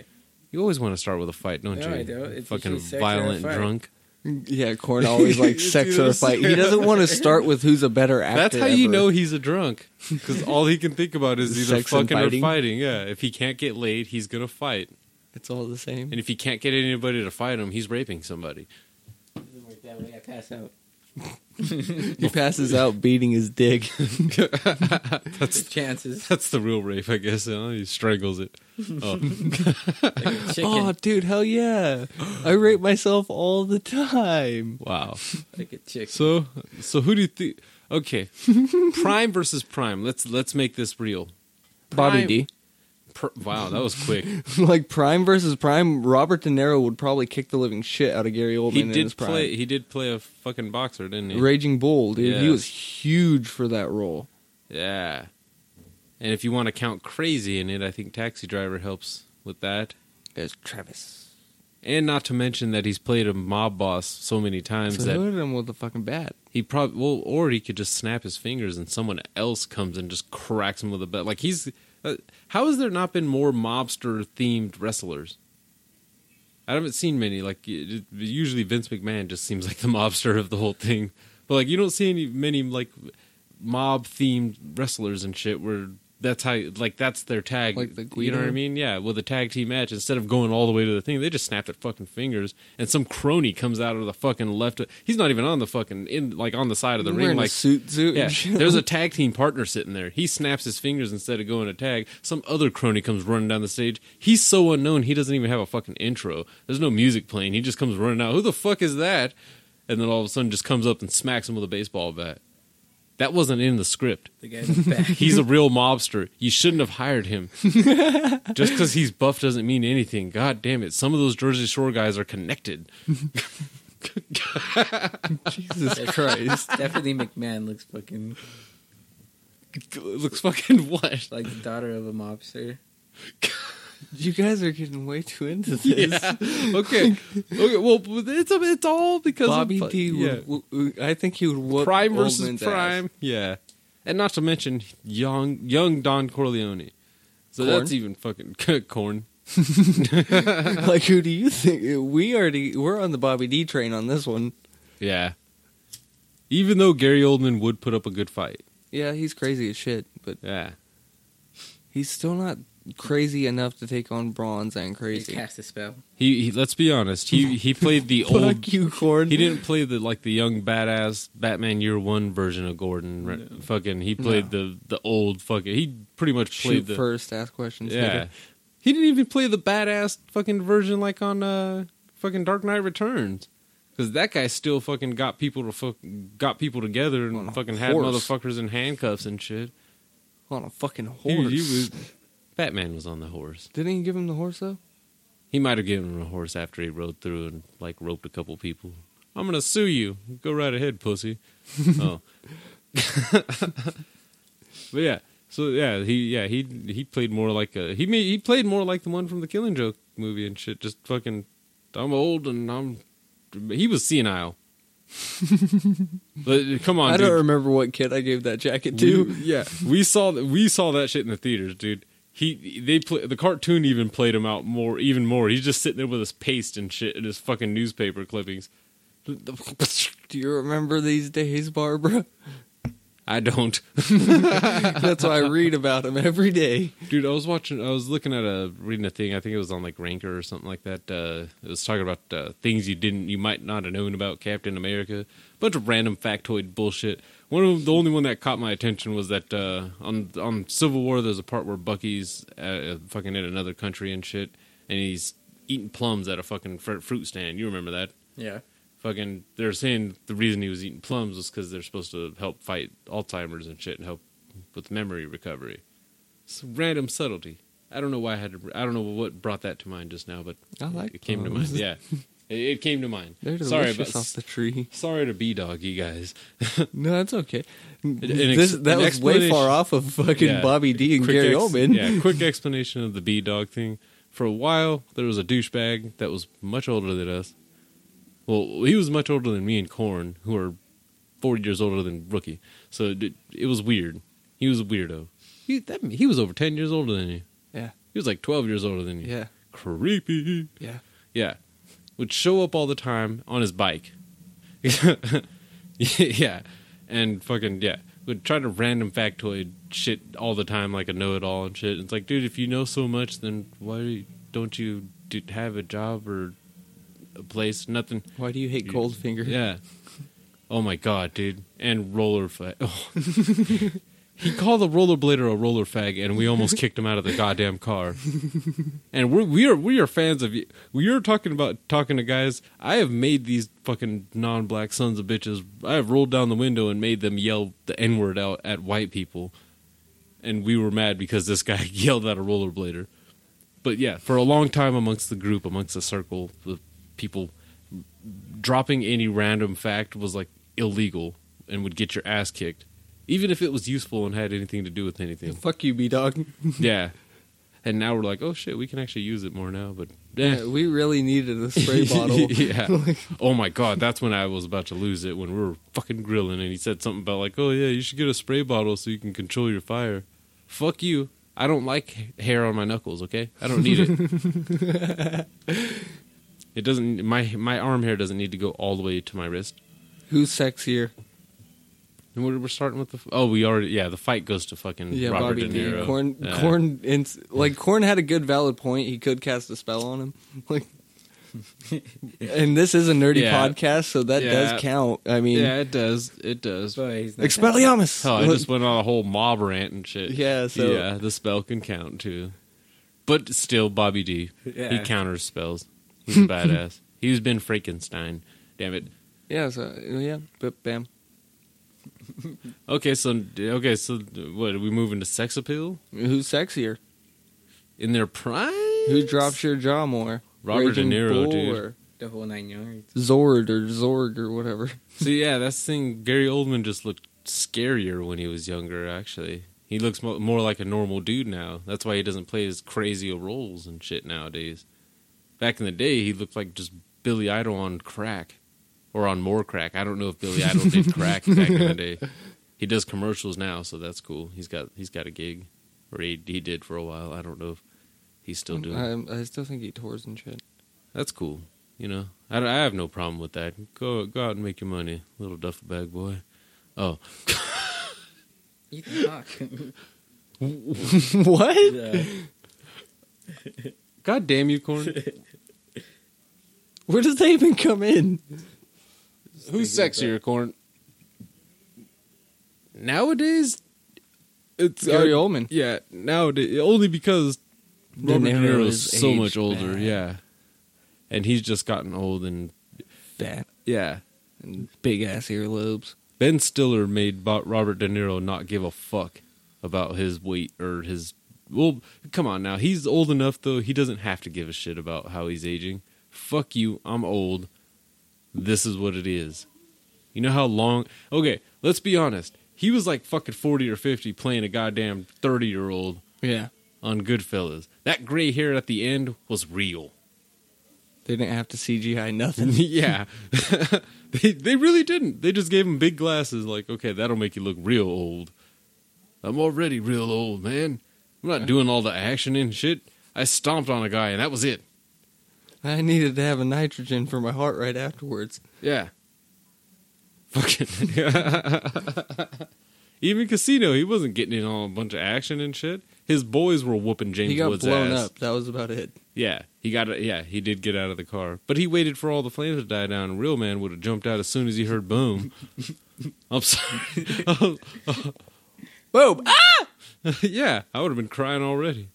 You always want to start with a fight, don't No, you? I don't. It's Fucking usually sex or a violent fight. drunk. Yeah, Corn always likes sex or a fight. He doesn't want to start with who's a better actor. That's how you ever. know he's a drunk because all he can think about is either Sex and fucking fighting. or fighting. Yeah, if he can't get laid, he's gonna fight, it's all the same. and if he can't get anybody to fight him, he's raping somebody. Doesn't work that way. I pass out. He passes out beating his dick. That's chances. That's the real rape, I guess. huh? He strangles it. Oh. Like a chicken. Oh, dude, hell yeah! I rape myself all the time. wow. Like a chicken. So, so who do you think? Okay, Prime versus Prime. Let's let's make this real. Bobby Prime- Pr- wow, that was quick. D. like Prime versus Prime, Robert De Niro would probably kick the living shit out of Gary Oldman. he in his did prime. play. He did play a fucking boxer, didn't he? Raging Bull, dude. He Yeah. was huge for that role. Yeah. And if you want to count crazy in it, I think Taxi Driver helps with that. There's Travis. And not to mention that he's played a mob boss so many times So that who hit him with the fucking bat? He probably well, or he could just snap his fingers and someone else comes and just cracks him with a bat. Like he's, uh, how has there not been more mobster themed wrestlers? I haven't seen many. Like it- it- usually Vince McMahon just seems like the mobster of the whole thing, but like you don't see any many like mob themed wrestlers and shit where that's how like that's their tag. Like the you know what I Guido? mean? Yeah, with a tag team match instead of going all the way to the thing, they just snap their fucking fingers and some crony comes out of the fucking left. He's not even on the fucking in like on the side of the Wearing ring. a Like suit, suit. yeah, and shit. there's a tag team partner sitting there. He snaps his fingers instead of going to tag. Some other crony comes running down the stage. He's so unknown, he doesn't even have a fucking intro. There's no music playing. He just comes running out. Who the fuck is that? And then all of a sudden just comes up and smacks him with a baseball bat. That wasn't in the script. The guy's in the back. He's a real mobster. You shouldn't have hired him. Just because he's buff doesn't mean anything. God damn it. Some of those Jersey Shore guys are connected. Jesus Christ. Stephanie McMahon looks fucking Looks fucking what? like the daughter of a mobster. You guys are getting way too into this. Yeah. okay. Okay. Well, but it's it's all because Bobby of, D. Yeah. Would, would- I think he would whoop Prime versus Oldman's ass. Prime. Yeah. And not to mention young young Don Corleone. So Corn? that's even fucking corn. like who do you think we already we're on the Bobby D train on this one? Yeah. Even though Gary Oldman would put up a good fight. Yeah, he's crazy as shit, but Yeah. he's still not crazy enough to take on Bronze and He crazy. cast a spell. He, he let's be honest. He he played the Fuck old you, Corn. He didn't play the like the young badass Batman Year One version of Gordon. right? Fucking, he played the the old fucking. He pretty much played shoot the first, ask questions. yeah. later. He didn't even play the badass fucking version like on uh fucking Dark Knight Returns. Because that guy still fucking got people to fuck, got people together On a and fucking had horse. motherfuckers in handcuffs and shit. on a fucking horse. He- he was- Batman was on the horse. Didn't he give him the horse though? He might have given him a horse after he rode through and like roped a couple people. I'm gonna sue you. Go right ahead, pussy. oh. but yeah, so yeah, he yeah he he played more like a he made, he played more like the one from the Killing Joke movie and shit. Just fucking, I'm old and I'm. He was senile. but come on, I dude. don't remember what kid I gave that jacket to. We- yeah, we saw th- we saw that shit in the theaters, dude. He they play, the cartoon even played him out more, even more. He's just sitting there with his paste and shit and his fucking newspaper clippings. Do you remember these days, Barbara? I don't. That's why I read about them every day. Dude, I was watching. I was looking at a reading a thing. I think it was on like Ranker or something like that. Uh, it was talking about uh, things you didn't, you might not have known about Captain America. Bunch of random factoid bullshit. One of the only one that caught my attention was that uh, on on Civil War, there's a part where Bucky's uh, uh, fucking in another country and shit, and he's eating plums at a fucking fr- fruit stand. You remember that? Yeah. Fucking, they're saying the reason he was eating plums was because they're supposed to help fight Alzheimer's and shit and help with memory recovery. It's random subtlety. I don't know why I had to. I don't know what brought that to mind just now, but I like it came to mind. plums. Yeah, it, it came to mind. They're Sorry, delicious but off the tree. sorry to be dog, you guys. No, that's okay. ex- this, an that was way explanation- far off of fucking Yeah. Bobby D and Gary ex- Oldman. Yeah, quick explanation of the B dog thing. For a while, there was a douchebag that was much older than us. Well, he was much older than me and Corn, who are forty years older than Rookie. So it, it was weird. He was a weirdo. He that, he was over ten years older than you. Yeah. He was like twelve years older than you. Yeah. Creepy. Yeah. Yeah. Would show up all the time on his bike. yeah. And fucking, yeah. Would try to random factoid shit all the time like a know it all and shit. It's like, dude, if you know so much, then why don't you d- have a job or a place? Nothing. Why do you hate You- Goldfinger? Yeah. Oh my god, dude. And roller fag. Oh. he called the rollerblader a roller fag, and we almost kicked him out of the goddamn car. And we're we are we are fans of you. We are talking about talking to guys. I have made these fucking non-black sons of bitches. I have rolled down the window and made them yell the n-word out at white people. And we were mad because this guy yelled at a rollerblader. But yeah, for a long time amongst the group, amongst the circle, the people dropping any random fact was like illegal and would get your ass kicked, even if it was useful and had anything to do with anything. Fuck you, B Dog. yeah. And now we're like, oh shit, we can actually use it more now. But eh. Yeah, yeah, we really needed a spray bottle. yeah. Oh my god, that's when I was about to lose it when we were fucking grilling, and he said something about like, oh yeah, you should get a spray bottle so you can control your fire. Fuck you. I don't like hair on my knuckles. Okay, I don't need it. it doesn't. My my arm hair doesn't need to go all the way to my wrist. Who's sexier? And we're, we're starting with the. f- Oh, we already. Yeah, the fight goes to fucking Yeah, Robert Bobby De Niro. D. Corn, Yeah. Corn, ins- like Corn had a good valid point. He could cast a spell on him, like. and this is a nerdy Yeah. podcast, so that Yeah. does count. I mean, Yeah, it does. It does. Boy, he's not Expelliarmus. Oh, I just went on a whole mob rant and shit. Yeah, so- yeah, the spell can count too. But still, Bobby D. He Yeah. counters spells. He's a badass. He's been Frankenstein. Damn it. yeah, so yeah, but bam. Okay, so okay, so what? We move into sex appeal Who's sexier? in their prime. Who drops your jaw more? Robert De Raging Niro, Bull dude. or the whole nine yards. Zord or Zorg or whatever. So yeah, that's the thing. Gary Oldman just looked scarier when he was younger. Actually, he looks mo- more like a normal dude now. That's why he doesn't play as crazy of roles and shit nowadays. Back in the day, he looked like just Billy Idol on crack, or on more crack. I don't know if Billy Idol did crack back in the day. He does commercials now, so that's cool. He's got he's got a gig, or he he did for a while. I don't know if he's still doing. it. I, I still think he tours and shit. That's cool. You know, I, I have no problem with that. Go go out and make your money, little duffel bag boy. Oh, You can talk. what? Yeah. God damn you, corn. Where does they even come in? Who's sexier, corn? Nowadays, it's uh, Gary Oldman. Yeah, nowadays only because De Robert De Niro Niro is is so much aged older. bad. Yeah, and he's just gotten old and Fat yeah. and big ass earlobes. Ben Stiller made Bo- Robert De Niro not give a fuck about his weight or his. Well, come on now. He's old enough, though. He doesn't have to give a shit about how he's aging. Fuck you. I'm old. This is what it is. You know how long. Okay, let's be honest. He was like fucking 40 or 50 playing a goddamn 30 year old Yeah. on Goodfellas. That gray hair at the end was real. They didn't have to CGI nothing. yeah. they they really didn't. They just gave him big glasses like, okay, that'll make you look real old. I'm already real old, man. I'm not doing all the action and shit. I stomped on a guy and that was it. I needed to have a nitrogen for my heart right afterwards. Yeah. Fucking. Even Casino, he wasn't getting in all a bunch of action and shit. His boys were whooping James he got Woods' blown ass. up. That was about it. Yeah, he got. Yeah, he did get out of the car, but he waited for all the flames to die down. Real man would have jumped out as soon as he heard boom. I'm sorry. Oh, Boom! Ah! yeah, I would have been crying already.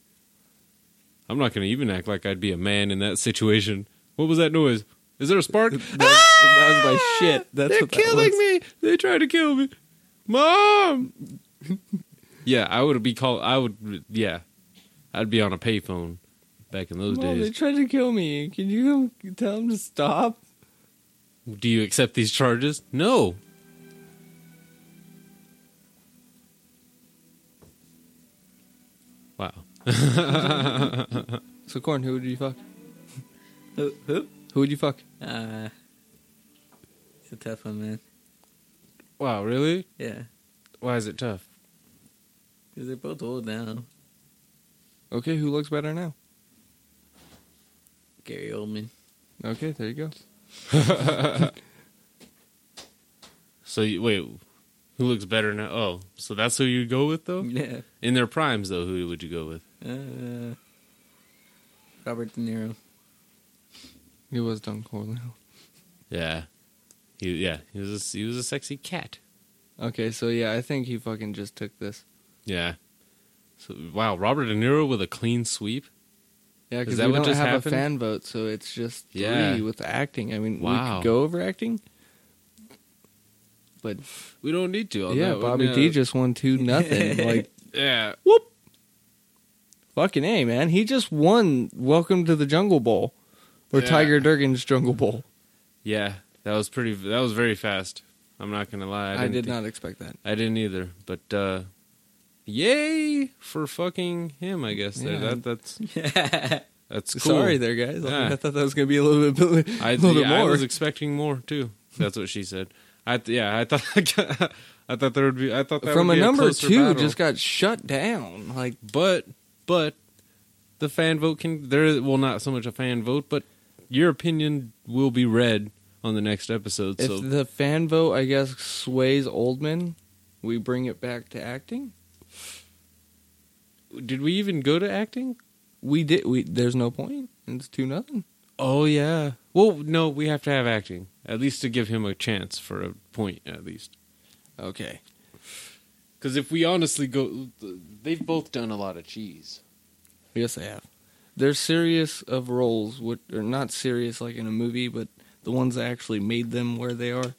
I'm not gonna even act like I'd be a man in that situation. What was that noise? Is there a spark? Ah! That was my shit. That's They're what that killing was. me. They tried to kill me. Mom. yeah, I would be called. I would. Yeah, I'd be on a payphone back in those Mom, days. they tried to kill me. Can you tell them to stop? Do you accept these charges? No. Wow. So, Corn, who would you fuck? Who? Uh, Who? Who would you fuck? Uh, it's a tough one, man. Wow, really? Yeah, Why is it tough? because they're both old now. Okay, who looks better now? Gary Oldman. Okay, there you go. So you, wait, who looks better now? Oh, so that's who you go with though? Yeah. In their primes though, who would you go with? Uh, Robert De Niro. He was Don Corleone. Yeah. He yeah, he was a, he was a sexy cat. Okay, so yeah, I think he fucking just took this. Yeah. So wow, Robert De Niro with a clean sweep? Yeah, Is because we that don't what just have happened? a fan vote, so it's just three Yeah. with acting. I mean, we Wow. could go over acting, but We don't need to. on yeah, that one, Bobby no. D just won two nothing. like Yeah. whoop, fucking a man, he just won. Welcome to the Jungle Bowl, or Yeah. Tiger Durgan's Jungle Bowl. Yeah, that was pretty. That was very fast. I'm not gonna lie. I, didn't did thi- not expect that. I didn't either. But uh, yay for fucking him. I guess Yeah. that that's that's cool. Sorry, there, guys. I- Yeah. I thought that was gonna be a little bit, a I, little yeah, bit I more. was expecting more too. That's what she said. I th- yeah, I thought I thought there would be. I thought that From would a be number closer two, battle. just got shut down. Like but but the fan vote can there. Well, not so much a fan vote, but your opinion will be read on the next episode. If so the fan vote, I guess, sways Oldman, we bring it back to acting. did we even go to acting? We did. We there's no point. It's two nothing. Oh yeah. Well, no, we have to have acting at least to give him a chance for a point at least. Okay. Because if we honestly go, they've both done a lot of cheese. Yes, I have. They're serious of roles, which are not serious like in a movie, but the ones that actually made them where they are.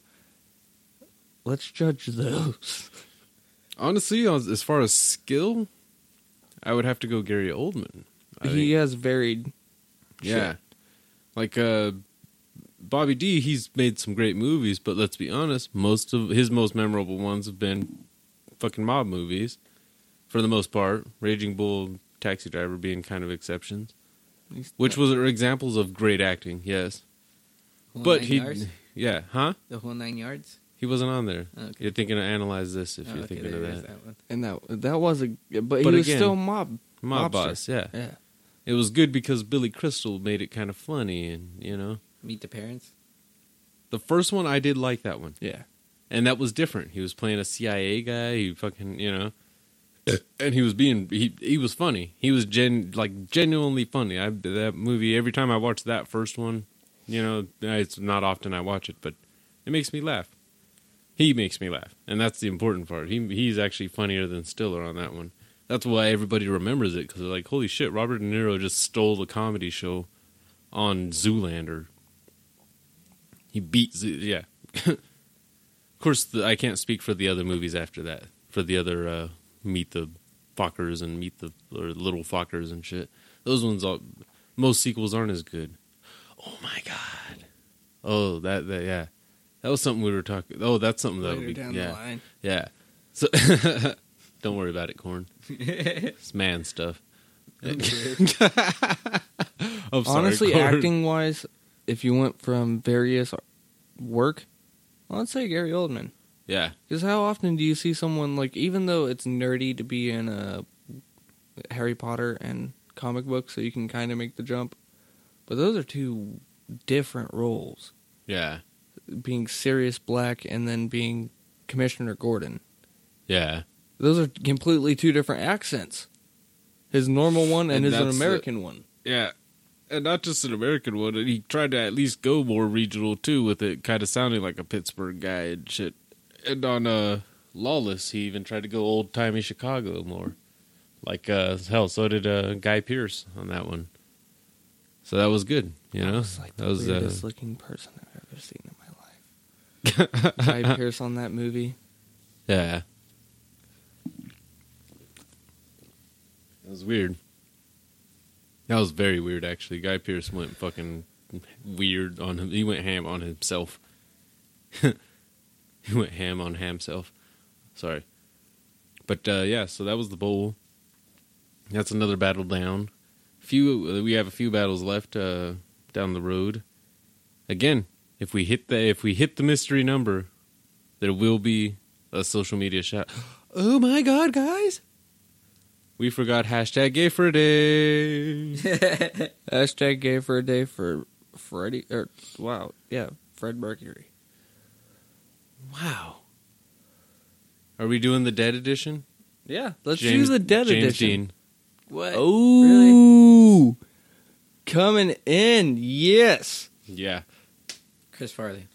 Let's judge those. Honestly, as as far as skill, I would have to go Gary Oldman. I he think. has varied. yeah, like uh, Bobby D. He's made some great movies, but let's be honest, most of his most memorable ones have been fucking mob movies, for the most part. Raging Bull, Taxi Driver being kind of exceptions. He's- which was are examples of great acting. Yes, Whole but nine he, yards? yeah, huh? The whole nine yards. He wasn't on there. Okay. You're thinking of analyze this if Oh, you're okay, thinking of there is that. that one. and that that was a but, he But was again- still mob. Mob Mobster. Boss. Yeah. Yeah. it was good because Billy Crystal made it kind of funny, and you know, Meet the parents. the first one I did like that one, Yeah. and that was different. He was playing a CIA guy. He fucking you know. And he was being he he was funny. He was gen like genuinely funny. I that movie every time I watch that first one, you know, it's not often I watch it, but it makes me laugh. He makes me laugh, and that's the important part. He he's actually funnier than Stiller on that one. That's why everybody remembers it because they're like, "Holy shit, Robert De Niro just stole the comedy show on Zoolander." He beat Zoo, yeah. of course, the, I can't speak for the other movies after that. For the other uh, Meet the Fockers and Meet the or Little Fockers and shit, those ones all most sequels aren't as good. Oh my god! Oh that that yeah, that was something we were talking. Oh, that's something that Later would be down yeah. the line. Yeah. So don't worry about it, corn. it's man stuff. I'm sorry, Honestly, Corn. acting wise, if you went from various work, well, I'd say Gary Oldman. Yeah, Because how often do you see someone like, even though it's nerdy to be in a Harry Potter and comic book, so you can kind of make the jump, but those are two different roles. yeah. being Sirius Black and then being Commissioner Gordon. Yeah. Those are completely two different accents. His normal one and, And his that's the- American one. Yeah. And not just an American one. and He tried to at least go more regional too, with it kind of sounding like a Pittsburgh guy and shit. And on uh, Lawless, he even tried to go old timey Chicago more. Like uh, hell, so did uh, Guy Pierce on that one. So that was good, you know. It's like the that was uh, weirdest looking person I've ever seen in my life. Guy Pierce on that movie. yeah. That was weird. That was very weird, actually. Guy Pierce went fucking weird on him. He went ham on himself. he went ham on himself. Sorry, but uh, yeah. So that was the bowl. That's another battle down. Few we have a few battles left uh, down the road. Again, if we hit the if we hit the mystery number, there will be a social media shout. Oh my god, guys! We forgot hashtag Gay for a Day. Hashtag gay for a day for Freddie or wow, yeah, Fred Mercury. Wow. Are we doing the dead edition? Yeah, let's James- do the dead James edition. Dean. What? Really? Oh, coming in, yes. Yeah. Chris Farley.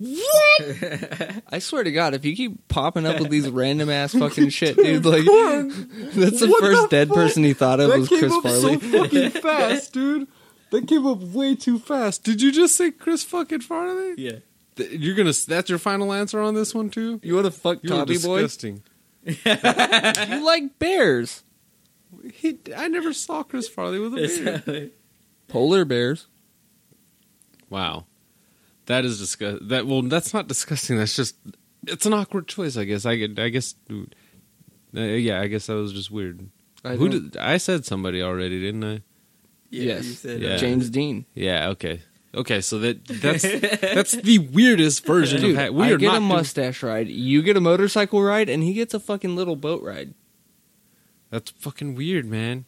I swear to God, if you keep popping up with these random ass fucking shit, dude, like that's the first dead person he thought of was Chris Farley. fucking fast, dude. That came up way too fast. Did you just say Chris fucking Farley? Yeah. Th- You're gonna. That's your final answer on this one too. you want to fuck You are Tommy boy? disgusting. You like bears? He, I never saw Chris Farley with a beard. Polar bears. Wow, that is disgust. That well, that's not disgusting. That's just it's an awkward choice, I guess. I gu- I guess, dude. Uh, yeah, I guess that was just weird. I Who don't- did I said somebody already, didn't I? Yes. You said uh, Yeah. James Dean. Yeah. Okay. Okay. So that that's that's the weirdest version Dude, of ha- we I are get not a doing- mustache ride. You get a motorcycle ride, and he gets a fucking little boat ride. That's fucking weird, man.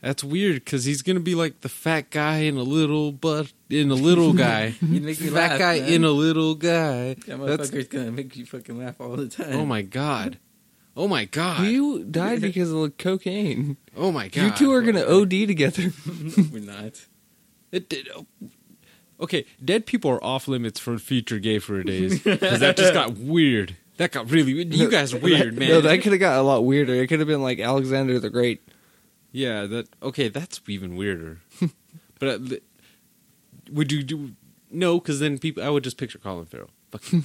That's weird because he's gonna be like the fat guy in a little but in a little guy, You make me fat laugh, guy man. in a little guy. That That's motherfucker's gonna make you fucking laugh all the time. oh my god, oh my god, You died because of cocaine. oh my god. You two are gonna OD together. We're not. It did. oh. Okay, dead people are off limits for future gay for days because that just got weird. That got really. weird. You guys are weird, man. No, that could have got a lot weirder. It could have been like Alexander the Great. yeah, that. Okay, that's even weirder. but uh, th- would you do? No, because then people. I would just picture Colin Farrell. Fuck you.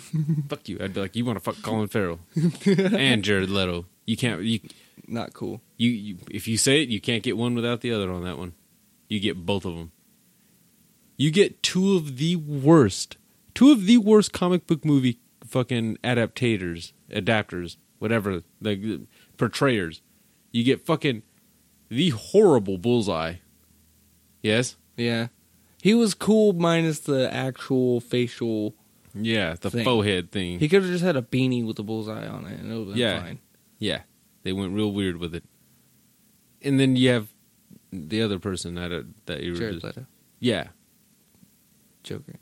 fuck you. I'd be like, you want to fuck Colin Farrell and Jared Leto. You can't. You, Not cool. you you. If you say it, you can't get one without the other on that one. You get both of them. You get two of the worst, two of the worst comic book movie fucking adaptators, adapters, whatever, like the portrayers. You get fucking the horrible bullseye. Yes. Yeah, he was cool minus the actual facial. Yeah, the Thing. faux head thing. He could have just had a beanie with a bullseye on it, and it would have been Yeah. fine. yeah, they went real weird with it. And then you have the other person that uh, that you were Jared just- Leto, yeah. Joker.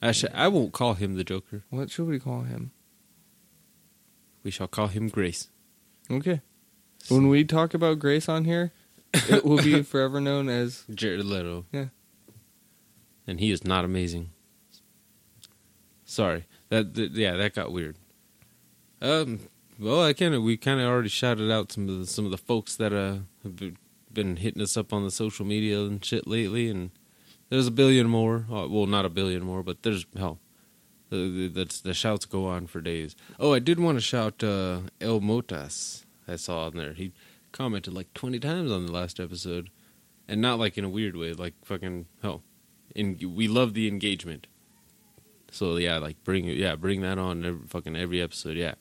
I sh- I won't call him the Joker. What should we call him? We shall call him Grace. Okay. When we talk about Grace on here, it will be forever known as Jared Leto. Yeah. And he is not amazing. Sorry. That, that yeah, that got weird. Um well, I kind of we kind of already shouted out some of the, some of the folks that uh have been- been hitting us up on the social media and shit lately and there's a billion more. Uh, well, not a billion more, but there's hell. The, the, that's- the shouts go on for days. Oh, I did want to shout uh, El Motas. I saw on there. He commented like 20 times on the last episode and not like in a weird way, like fucking hell. And we love the engagement. So yeah, like bring yeah, bring that on every, fucking every episode. Yeah,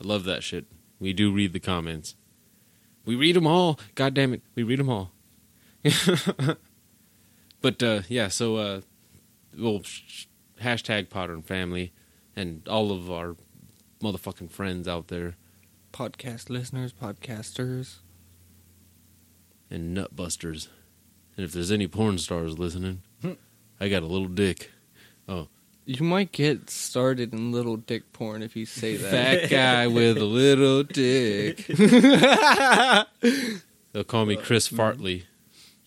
I love that shit. We do read the comments. We read them all. God damn it, we read them all. but uh, yeah, so uh, well, sh- hashtag Potter and Family, and all of our motherfucking friends out there. podcast listeners, podcasters. and nutbusters. And if there's any porn stars listening, I got a little dick. Oh, You might get started in little dick porn if you say that. Fat guy with a little dick. They'll call me Chris Fartley,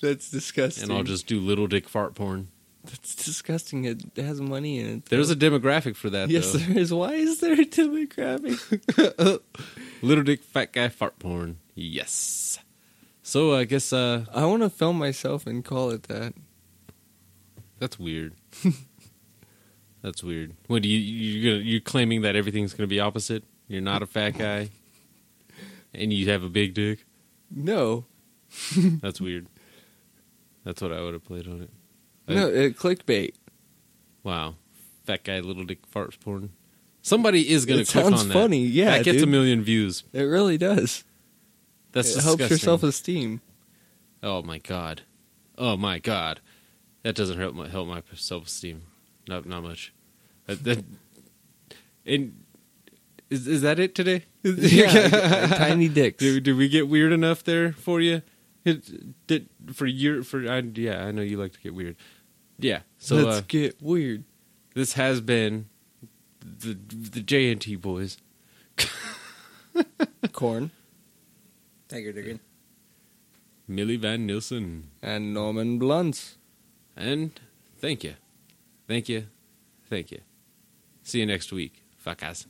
That's disgusting. and I'll just do little dick fart porn. That's disgusting. It has money in it. There's a demographic for that, Yes, though. there is. Why is there a demographic? Little dick fat guy fart porn. Yes. So I guess uh, I want to film myself and call it that. that's weird. that's weird. What do you you're gonna, you're claiming that everything's gonna be opposite? You're not a fat guy, and you have a big dick. No, That's weird. That's what I would have played on it. no, it, clickbait. Wow, fat guy, little dick farts porn. Somebody is gonna It click sounds on that. funny, yeah, that gets a dude. million views. It really does. That's it disgusting. helps your self-esteem. Oh my god. Oh my god. That doesn't help my help my self esteem. Not not much. That, that, and is is that it today? Yeah, tiny dicks. Did, did we get weird enough there for you? It, did, for your for I, yeah, I know you like to get weird. Yeah. So Let's uh, get weird. this has been the the J and T boys. Corn Tiger Durgan. Millie Van Nielsen. and Norman Blunts. And thank you. Thank you. Thank you. See you next week. Fuck ass.